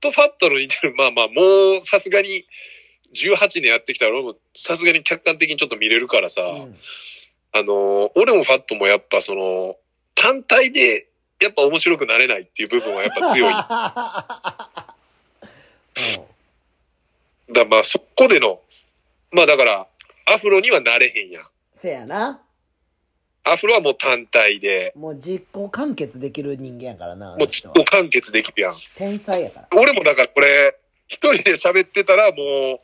[SPEAKER 2] とファットの似てる、まあまあもうさすがに18年やってきたら俺もさすがに客観的にちょっと見れるからさ、
[SPEAKER 1] うん
[SPEAKER 2] あの、俺もファットもやっぱその、単体でやっぱ面白くなれないっていう部分はやっぱ 強い。だからまあそこでの、まあだから、アフロにはなれへんやん。
[SPEAKER 1] せやな。
[SPEAKER 2] アフロはもう単体で、
[SPEAKER 1] もう実行完結できる人間やからな。あ
[SPEAKER 2] も
[SPEAKER 1] の
[SPEAKER 2] う
[SPEAKER 1] 人は
[SPEAKER 2] もう完結できるやん。
[SPEAKER 1] 天才やから。
[SPEAKER 2] 俺もだからこれ、一人で喋ってたらもう、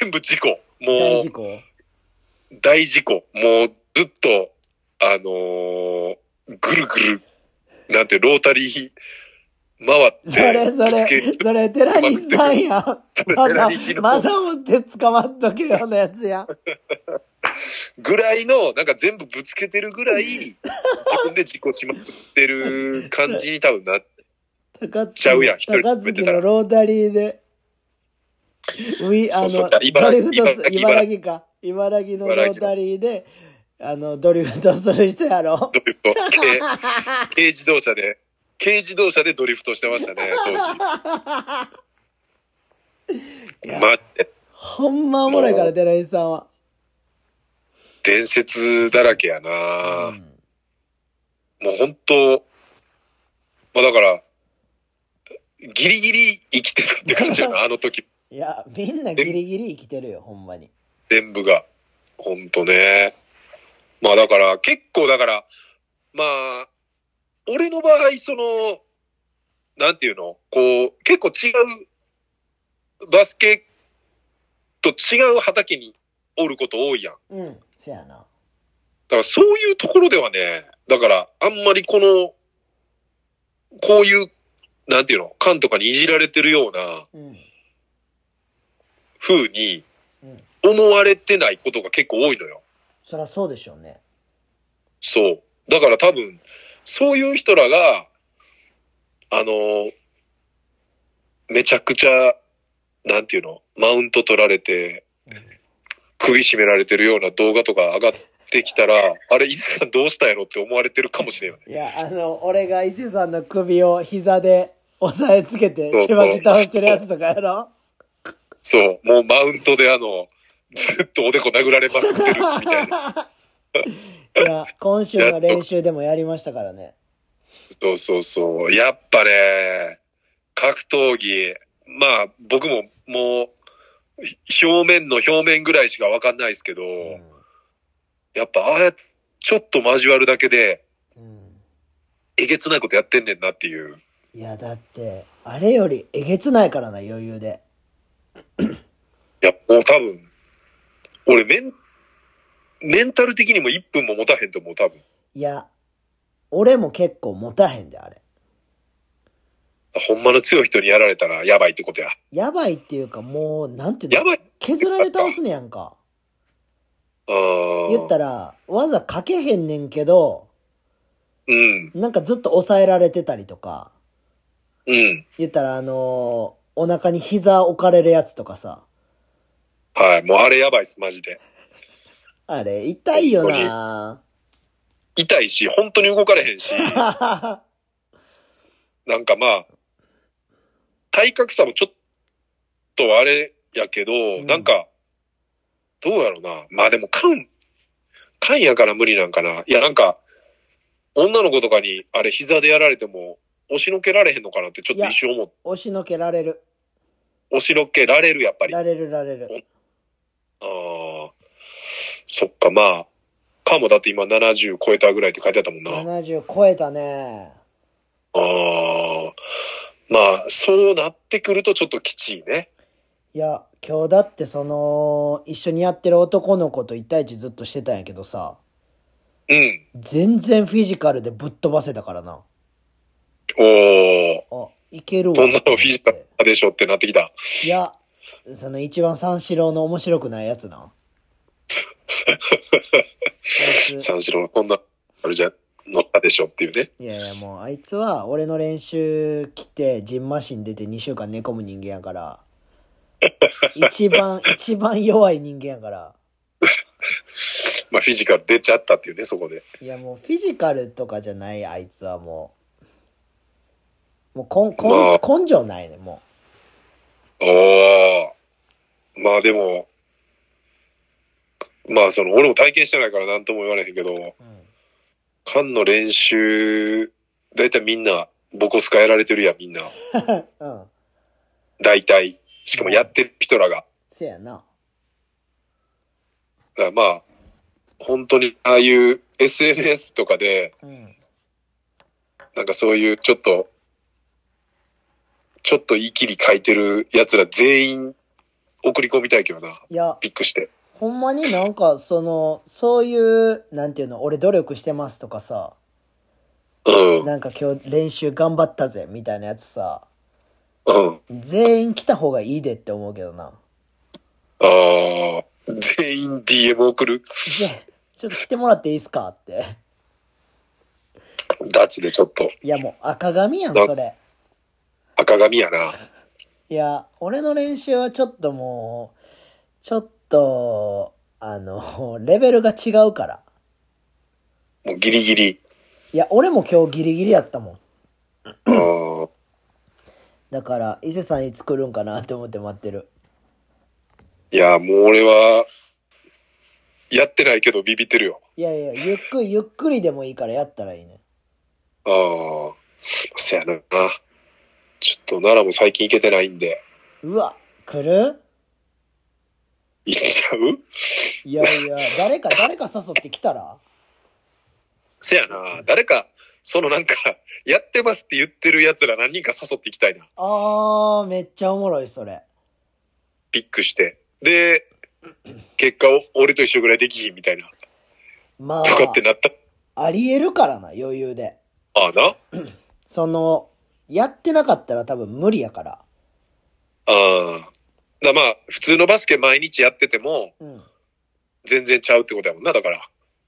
[SPEAKER 2] 全部事故。も
[SPEAKER 1] 大
[SPEAKER 2] う
[SPEAKER 1] 事、故。
[SPEAKER 2] 大事故。もう、ずっと、あのーぐるぐる、なんて、ロータリー、回って、
[SPEAKER 1] それそ
[SPEAKER 2] ぶつけ
[SPEAKER 1] れ、それ、寺西さんやん
[SPEAKER 2] そ。れ
[SPEAKER 1] ま
[SPEAKER 2] 寺
[SPEAKER 1] さ
[SPEAKER 2] 西、の
[SPEAKER 1] まさ持って捕まっとけようなやつやん。
[SPEAKER 2] ぐらいの、なんか全部ぶつけてるぐらい、自分で事故しまくってる感じに多分な、
[SPEAKER 1] 高槻
[SPEAKER 2] ちゃうやん一人で
[SPEAKER 1] 高槻のロータリーで、ウィ、あ
[SPEAKER 2] そうそう
[SPEAKER 1] の、
[SPEAKER 2] だ茨
[SPEAKER 1] ドリ
[SPEAKER 2] 城
[SPEAKER 1] フトす
[SPEAKER 2] 茨
[SPEAKER 1] る、
[SPEAKER 2] 城茨
[SPEAKER 1] 茨城か。茨城のロータリーで、あの、ドリフトする人やろ
[SPEAKER 2] ド。リフ ト、軽軽自動車で、軽自動車でドリフトしてましたね、当 時。まあ、
[SPEAKER 1] ほんまおもろいから、寺西さんは。
[SPEAKER 2] 伝説だらけやな、もう本当まあだから、ギリギリ生きてたって感じやな、あの時、
[SPEAKER 1] いや、みんなギリギリ生きてるよ、ほんまに。
[SPEAKER 2] 全部が。本当ね。まあだから、結構だから、まあ、俺の場合、その、なんていうのこう、結構違う、バスケと違う畑におること多いやん。
[SPEAKER 1] うん、せやな。
[SPEAKER 2] だからそういうところではね、だからあんまりこの、こういう、なんていうの、缶とかにいじられてるような
[SPEAKER 1] うん。
[SPEAKER 2] 風に
[SPEAKER 1] うん
[SPEAKER 2] 思われてないことが結構多いのよ。
[SPEAKER 1] そらそうでしょうね。
[SPEAKER 2] そう。だから多分、そういう人らが、あの、めちゃくちゃ、なんていうの、マウント取られて、首絞められてるような動画とか上がってきたら、あれ、伊豆さんどうしたんやろって思われてるかもしれない。
[SPEAKER 1] いや、あの、俺が伊勢さんの首を膝で押さえつけて、しばき倒してるやつとかや ろ
[SPEAKER 2] そう、も うマウントであの、ずっとおでこ殴られまくってるみたいな。
[SPEAKER 1] いや、今週の練習でもやりましたからね。
[SPEAKER 2] そうそうそう。やっぱね、格闘技、まあ僕ももう、ひ表面の表面ぐらいしかわかんないですけど、やっぱああやちょっと交わるだけで、
[SPEAKER 1] うんうん
[SPEAKER 2] えげつないことやってんねんなっていう。
[SPEAKER 1] いや、だって、あれよりえげつないからな、余裕で。
[SPEAKER 2] いや、もう多分、俺メン、メンタル的にも1分も持たへんと思う、多分。
[SPEAKER 1] いや、俺も結構持たへんで、あれ。
[SPEAKER 2] ほんまの強い人にやられたらやばいってことや。
[SPEAKER 1] やばいっていうか、もう、なんていうの
[SPEAKER 2] やばい
[SPEAKER 1] 削られ倒すねやんか。
[SPEAKER 2] うん。
[SPEAKER 1] 言ったら、技かけへんねんけど、
[SPEAKER 2] うん、
[SPEAKER 1] なんかずっと抑えられてたりとか、
[SPEAKER 2] うん。
[SPEAKER 1] 言ったらあのーお腹に膝置かれるやつとかさ、
[SPEAKER 2] はい、もうあれやばいっす、マジで。
[SPEAKER 1] あれ、痛いよな
[SPEAKER 2] 痛いし、本当に動かれへんし、なんかまあ、体格差もちょっとあれやけど、
[SPEAKER 1] ん
[SPEAKER 2] なんか、どうやろうな。まあでも、缶、缶やから無理なんかな。いや、なんか、女の子とかに、あれ、膝でやられても、押しのけられへんのかなって、ちょ
[SPEAKER 1] い
[SPEAKER 2] っと
[SPEAKER 1] や
[SPEAKER 2] 一瞬思う。
[SPEAKER 1] 押しのけられる。
[SPEAKER 2] 押しのけられる、やっぱり。あ
[SPEAKER 1] られるられる。
[SPEAKER 2] あ。そっか、まあ、缶もだって今70超えたぐらいって書いてあったもんな。
[SPEAKER 1] 70超えたね。
[SPEAKER 2] ああ。まあ、そうなってくるとちょっときちいね。
[SPEAKER 1] いや、今日だってその、一緒にやってる男の子と一対一ずっとしてたんやけどさ、
[SPEAKER 2] うん。
[SPEAKER 1] 全然フィジカルでぶっ飛ばせたからな。
[SPEAKER 2] おー。
[SPEAKER 1] あ、いけるわ。
[SPEAKER 2] そんなのフィジカルでしょってなってきた。
[SPEAKER 1] いや、その一番三四郎の面白くないやつ な。あいつ
[SPEAKER 2] 三四郎、そんな、あれじゃ、乗ったでしょっていうね。
[SPEAKER 1] いやいやもうあいつは俺の練習来てジンマシン出て2週間寝込む人間やから一番一番弱い人間やから
[SPEAKER 2] まあ、フィジカル出ちゃったっていうね、そこで。
[SPEAKER 1] いやもうフィジカルとかじゃないあいつはもうもうこん
[SPEAKER 2] まあ
[SPEAKER 1] こん根性ないねも
[SPEAKER 2] おー。まあでも、まあその、俺も体験してないから何とも言われへんけど、
[SPEAKER 1] う、
[SPEAKER 2] 缶の練習、だいたいみんな、ボコスカやられてるやん、みんな。
[SPEAKER 1] うん、うん、
[SPEAKER 2] だいたい。しかもやってる人らが。
[SPEAKER 1] せやな
[SPEAKER 2] だからまあ、本当にああいう SNS とかで、
[SPEAKER 1] うん
[SPEAKER 2] なんかそういうちょっと、ちょっと言い切り書いてる奴ら全員送り込みたいけどな。
[SPEAKER 1] いや
[SPEAKER 2] ピックして。
[SPEAKER 1] ほんまになんかそのそういうなんていうの俺努力してますとかさ
[SPEAKER 2] うん。うん。
[SPEAKER 1] なんか今日練習頑張ったぜみたいなやつさ
[SPEAKER 2] あ
[SPEAKER 1] 全員来た方がいいでって思うけどな。
[SPEAKER 2] あー、全員 DM 送る。
[SPEAKER 1] で、ちょっと来てもらっていいっすかって。
[SPEAKER 2] ダチでちょっと。
[SPEAKER 1] いやもう赤髪やん、
[SPEAKER 2] な
[SPEAKER 1] それ。
[SPEAKER 2] 赤髪やな。
[SPEAKER 1] いや、俺の練習はちょっともう、ちょっと、あの、レベルが違うから。
[SPEAKER 2] もうギリギリ。
[SPEAKER 1] いや、俺も今日ギリギリやったもん。
[SPEAKER 2] うん。
[SPEAKER 1] だから、伊勢さんいつ来るんかなって思って待ってる。
[SPEAKER 2] いや、もう俺は、やってないけどビビってるよ。
[SPEAKER 1] いやいや、ゆっくり、ゆっくりでもいいからやったらいいね。
[SPEAKER 2] ああ、そやな。ちょっと奈良も最近行けてないんで。
[SPEAKER 1] うわ、来る
[SPEAKER 2] 行っちゃう
[SPEAKER 1] いやいや、誰か、誰か誘ってきたら
[SPEAKER 2] せやな。誰か、そのなんか、やってますって言ってる奴ら何人か誘っていきたいな。
[SPEAKER 1] あー、めっちゃおもろい、それ。
[SPEAKER 2] ピックして。で、結果を俺と一緒ぐらいできひんみたいな。
[SPEAKER 1] まあ
[SPEAKER 2] と、かってなった。
[SPEAKER 1] ありえるからな、余裕で。
[SPEAKER 2] ああな。
[SPEAKER 1] その、やってなかったら多分無理やから。
[SPEAKER 2] ああ。だまあ、普通のバスケ毎日やってても、
[SPEAKER 1] うん。
[SPEAKER 2] 全然ちゃうってことやもんな、だから。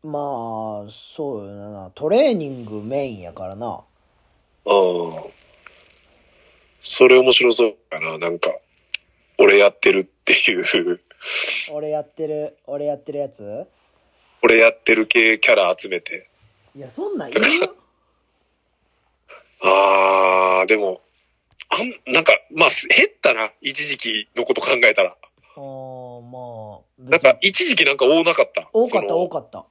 [SPEAKER 1] まあ、そうよな。トレーニングメインやからな。
[SPEAKER 2] うん。それ面白そうかな、なんか。俺やってるっていう、
[SPEAKER 1] 俺やってる、俺やってるやつ
[SPEAKER 2] 俺やってる系キャラ集めて。
[SPEAKER 1] いや、そんなんいる よ
[SPEAKER 2] ああ、でも、あん、なんか、まあ、す減ったな。一時期のこと考えたら。
[SPEAKER 1] あーまあ、
[SPEAKER 2] なん
[SPEAKER 1] 別
[SPEAKER 2] か
[SPEAKER 1] に。、
[SPEAKER 2] 一時期なんか多なかった。
[SPEAKER 1] 多かった、多
[SPEAKER 2] っ
[SPEAKER 1] かった。
[SPEAKER 2] た。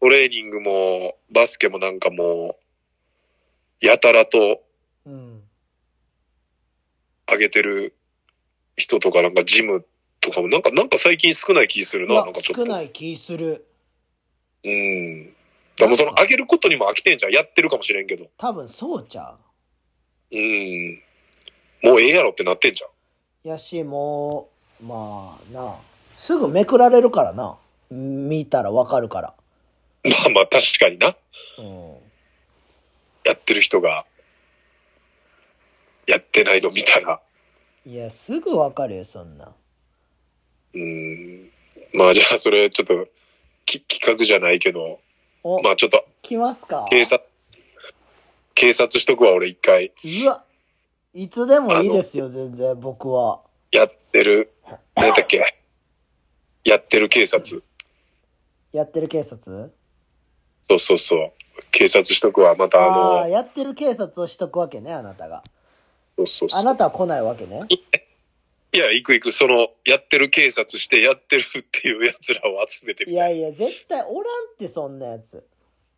[SPEAKER 2] トレーニングも、バスケもなんかもう、やたらと
[SPEAKER 1] うん。
[SPEAKER 2] 上げてる人とか、なんかジムとかも、なんか、なんか最近少ない気する
[SPEAKER 1] い
[SPEAKER 2] な、
[SPEAKER 1] や
[SPEAKER 2] なんかちょっと。
[SPEAKER 1] 少ない気する。
[SPEAKER 2] うん。だからもうその上げることにも飽きてんじゃん。やってるかもしれんけど。
[SPEAKER 1] 多分そうちゃ
[SPEAKER 2] うん。もうええやろってなってんじ ゃん。
[SPEAKER 1] う。やし、もう、まあな、すぐめくられるからな。見たらわかるから。
[SPEAKER 2] まあまあ確かにな。
[SPEAKER 1] うん。
[SPEAKER 2] やってる人が、やってないの見たら。
[SPEAKER 1] いや、すぐわかるよ、そんな。
[SPEAKER 2] うん。まあじゃあそれちょっと、き企画じゃないけど、
[SPEAKER 1] お、
[SPEAKER 2] まあちょっと
[SPEAKER 1] 来ますか
[SPEAKER 2] 警察、警察しとくわ、俺一回。
[SPEAKER 1] うわ、いつでもいいですよ、全然、僕は。
[SPEAKER 2] やってる、なんだっけ。やってる警察。
[SPEAKER 1] やってる警察
[SPEAKER 2] そうそうそう。警察しとくわ。またあ
[SPEAKER 1] あ
[SPEAKER 2] の、
[SPEAKER 1] あー、やってる警察をしとくわけね、あなたが。
[SPEAKER 2] そうそうそう
[SPEAKER 1] あ。なたは来ないわけね。
[SPEAKER 2] いや、行く行く、その、やってる警察して、やってるっていう奴らを集めて
[SPEAKER 1] いやいや、絶対おらんって、そんなやつ。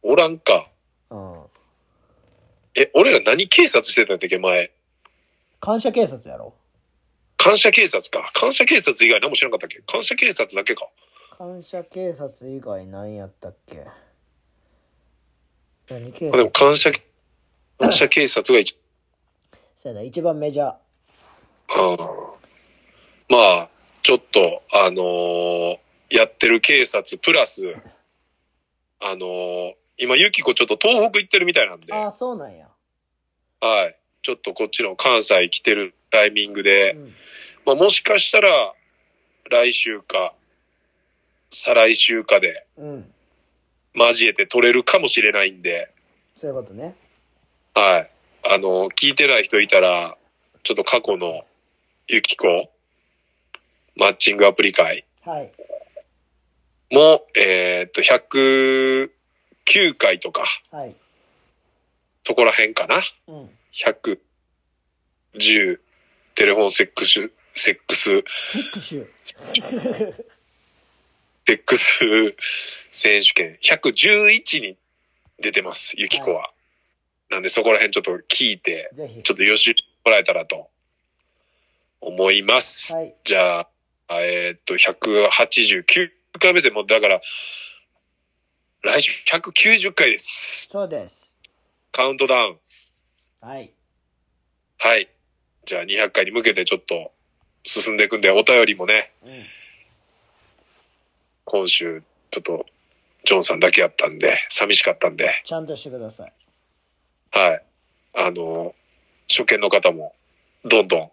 [SPEAKER 2] おらんか。
[SPEAKER 1] うん。
[SPEAKER 2] え、俺ら何警察してたんだっけ、前。
[SPEAKER 1] 感謝警察やろ
[SPEAKER 2] 感謝警察か。感謝警察以外何も知らなかったっけ感謝警察だけか。
[SPEAKER 1] 感謝警察以外何やったっけ何警
[SPEAKER 2] あでも
[SPEAKER 1] 察
[SPEAKER 2] 感謝、感謝警 察が一、
[SPEAKER 1] そうやな、一番メジャー。
[SPEAKER 2] うん。まあ、ちょっと、あのーやってる警察プラス、あのー今、ゆきこちょっと東北行ってるみたいなんで、
[SPEAKER 1] ああ、
[SPEAKER 2] は
[SPEAKER 1] そうなんや。
[SPEAKER 2] い。ちょっとこっちの関西来てるタイミングで、
[SPEAKER 1] うん。
[SPEAKER 2] まあ、もしかしたら、来週か、再来週かで、
[SPEAKER 1] うん。
[SPEAKER 2] 交えて撮れるかもしれないんで、
[SPEAKER 1] そういうことね。
[SPEAKER 2] はい。あの、聞いてない人いたら、ちょっと過去の、ゆきこ、マッチングアプリ会
[SPEAKER 1] はい。
[SPEAKER 2] も、えーっと、109回とか、
[SPEAKER 1] はい。
[SPEAKER 2] そこら辺かな。
[SPEAKER 1] うん。
[SPEAKER 2] 110、テレフォンセックス、セックス、
[SPEAKER 1] 復讐。
[SPEAKER 2] セックス選手権111に出てます、ゆきこは。なんでそこら辺ちょっと聞いて、
[SPEAKER 1] ぜひ
[SPEAKER 2] ち。ょっと予習してもらえたらと思います。
[SPEAKER 1] はい
[SPEAKER 2] じゃあ、えーっと、189回目でもうだから、来週190回です。
[SPEAKER 1] そうです。
[SPEAKER 2] カウントダウン。
[SPEAKER 1] はい。
[SPEAKER 2] はい。じゃあ200回に向けてちょっと進んでいくんで、お便りもね、
[SPEAKER 1] うん。
[SPEAKER 2] 今週ちょっとジョンさんだけやったんで、寂しかったんで、
[SPEAKER 1] ちゃんとしてください。
[SPEAKER 2] はい。あの、初見の方も、どんどん、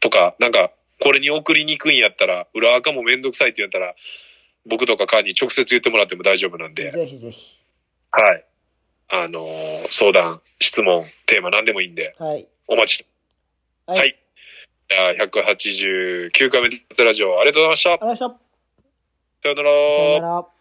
[SPEAKER 2] とか、なんか、これに送りに行くんやったら、裏垢もめんどくさいってやったら、僕とかカーに直接言ってもらっても大丈夫なんで、
[SPEAKER 1] ぜひぜひ。
[SPEAKER 2] はい。あの相談、質問、テーマ何でもいいんで、
[SPEAKER 1] はい。
[SPEAKER 2] お待ちして、
[SPEAKER 1] は
[SPEAKER 2] はい。
[SPEAKER 1] あり
[SPEAKER 2] じゃあ、189回目のラジオ、ありがとうございました。
[SPEAKER 1] がとうございました。
[SPEAKER 2] さような
[SPEAKER 1] さよ
[SPEAKER 2] ら
[SPEAKER 1] な。ら。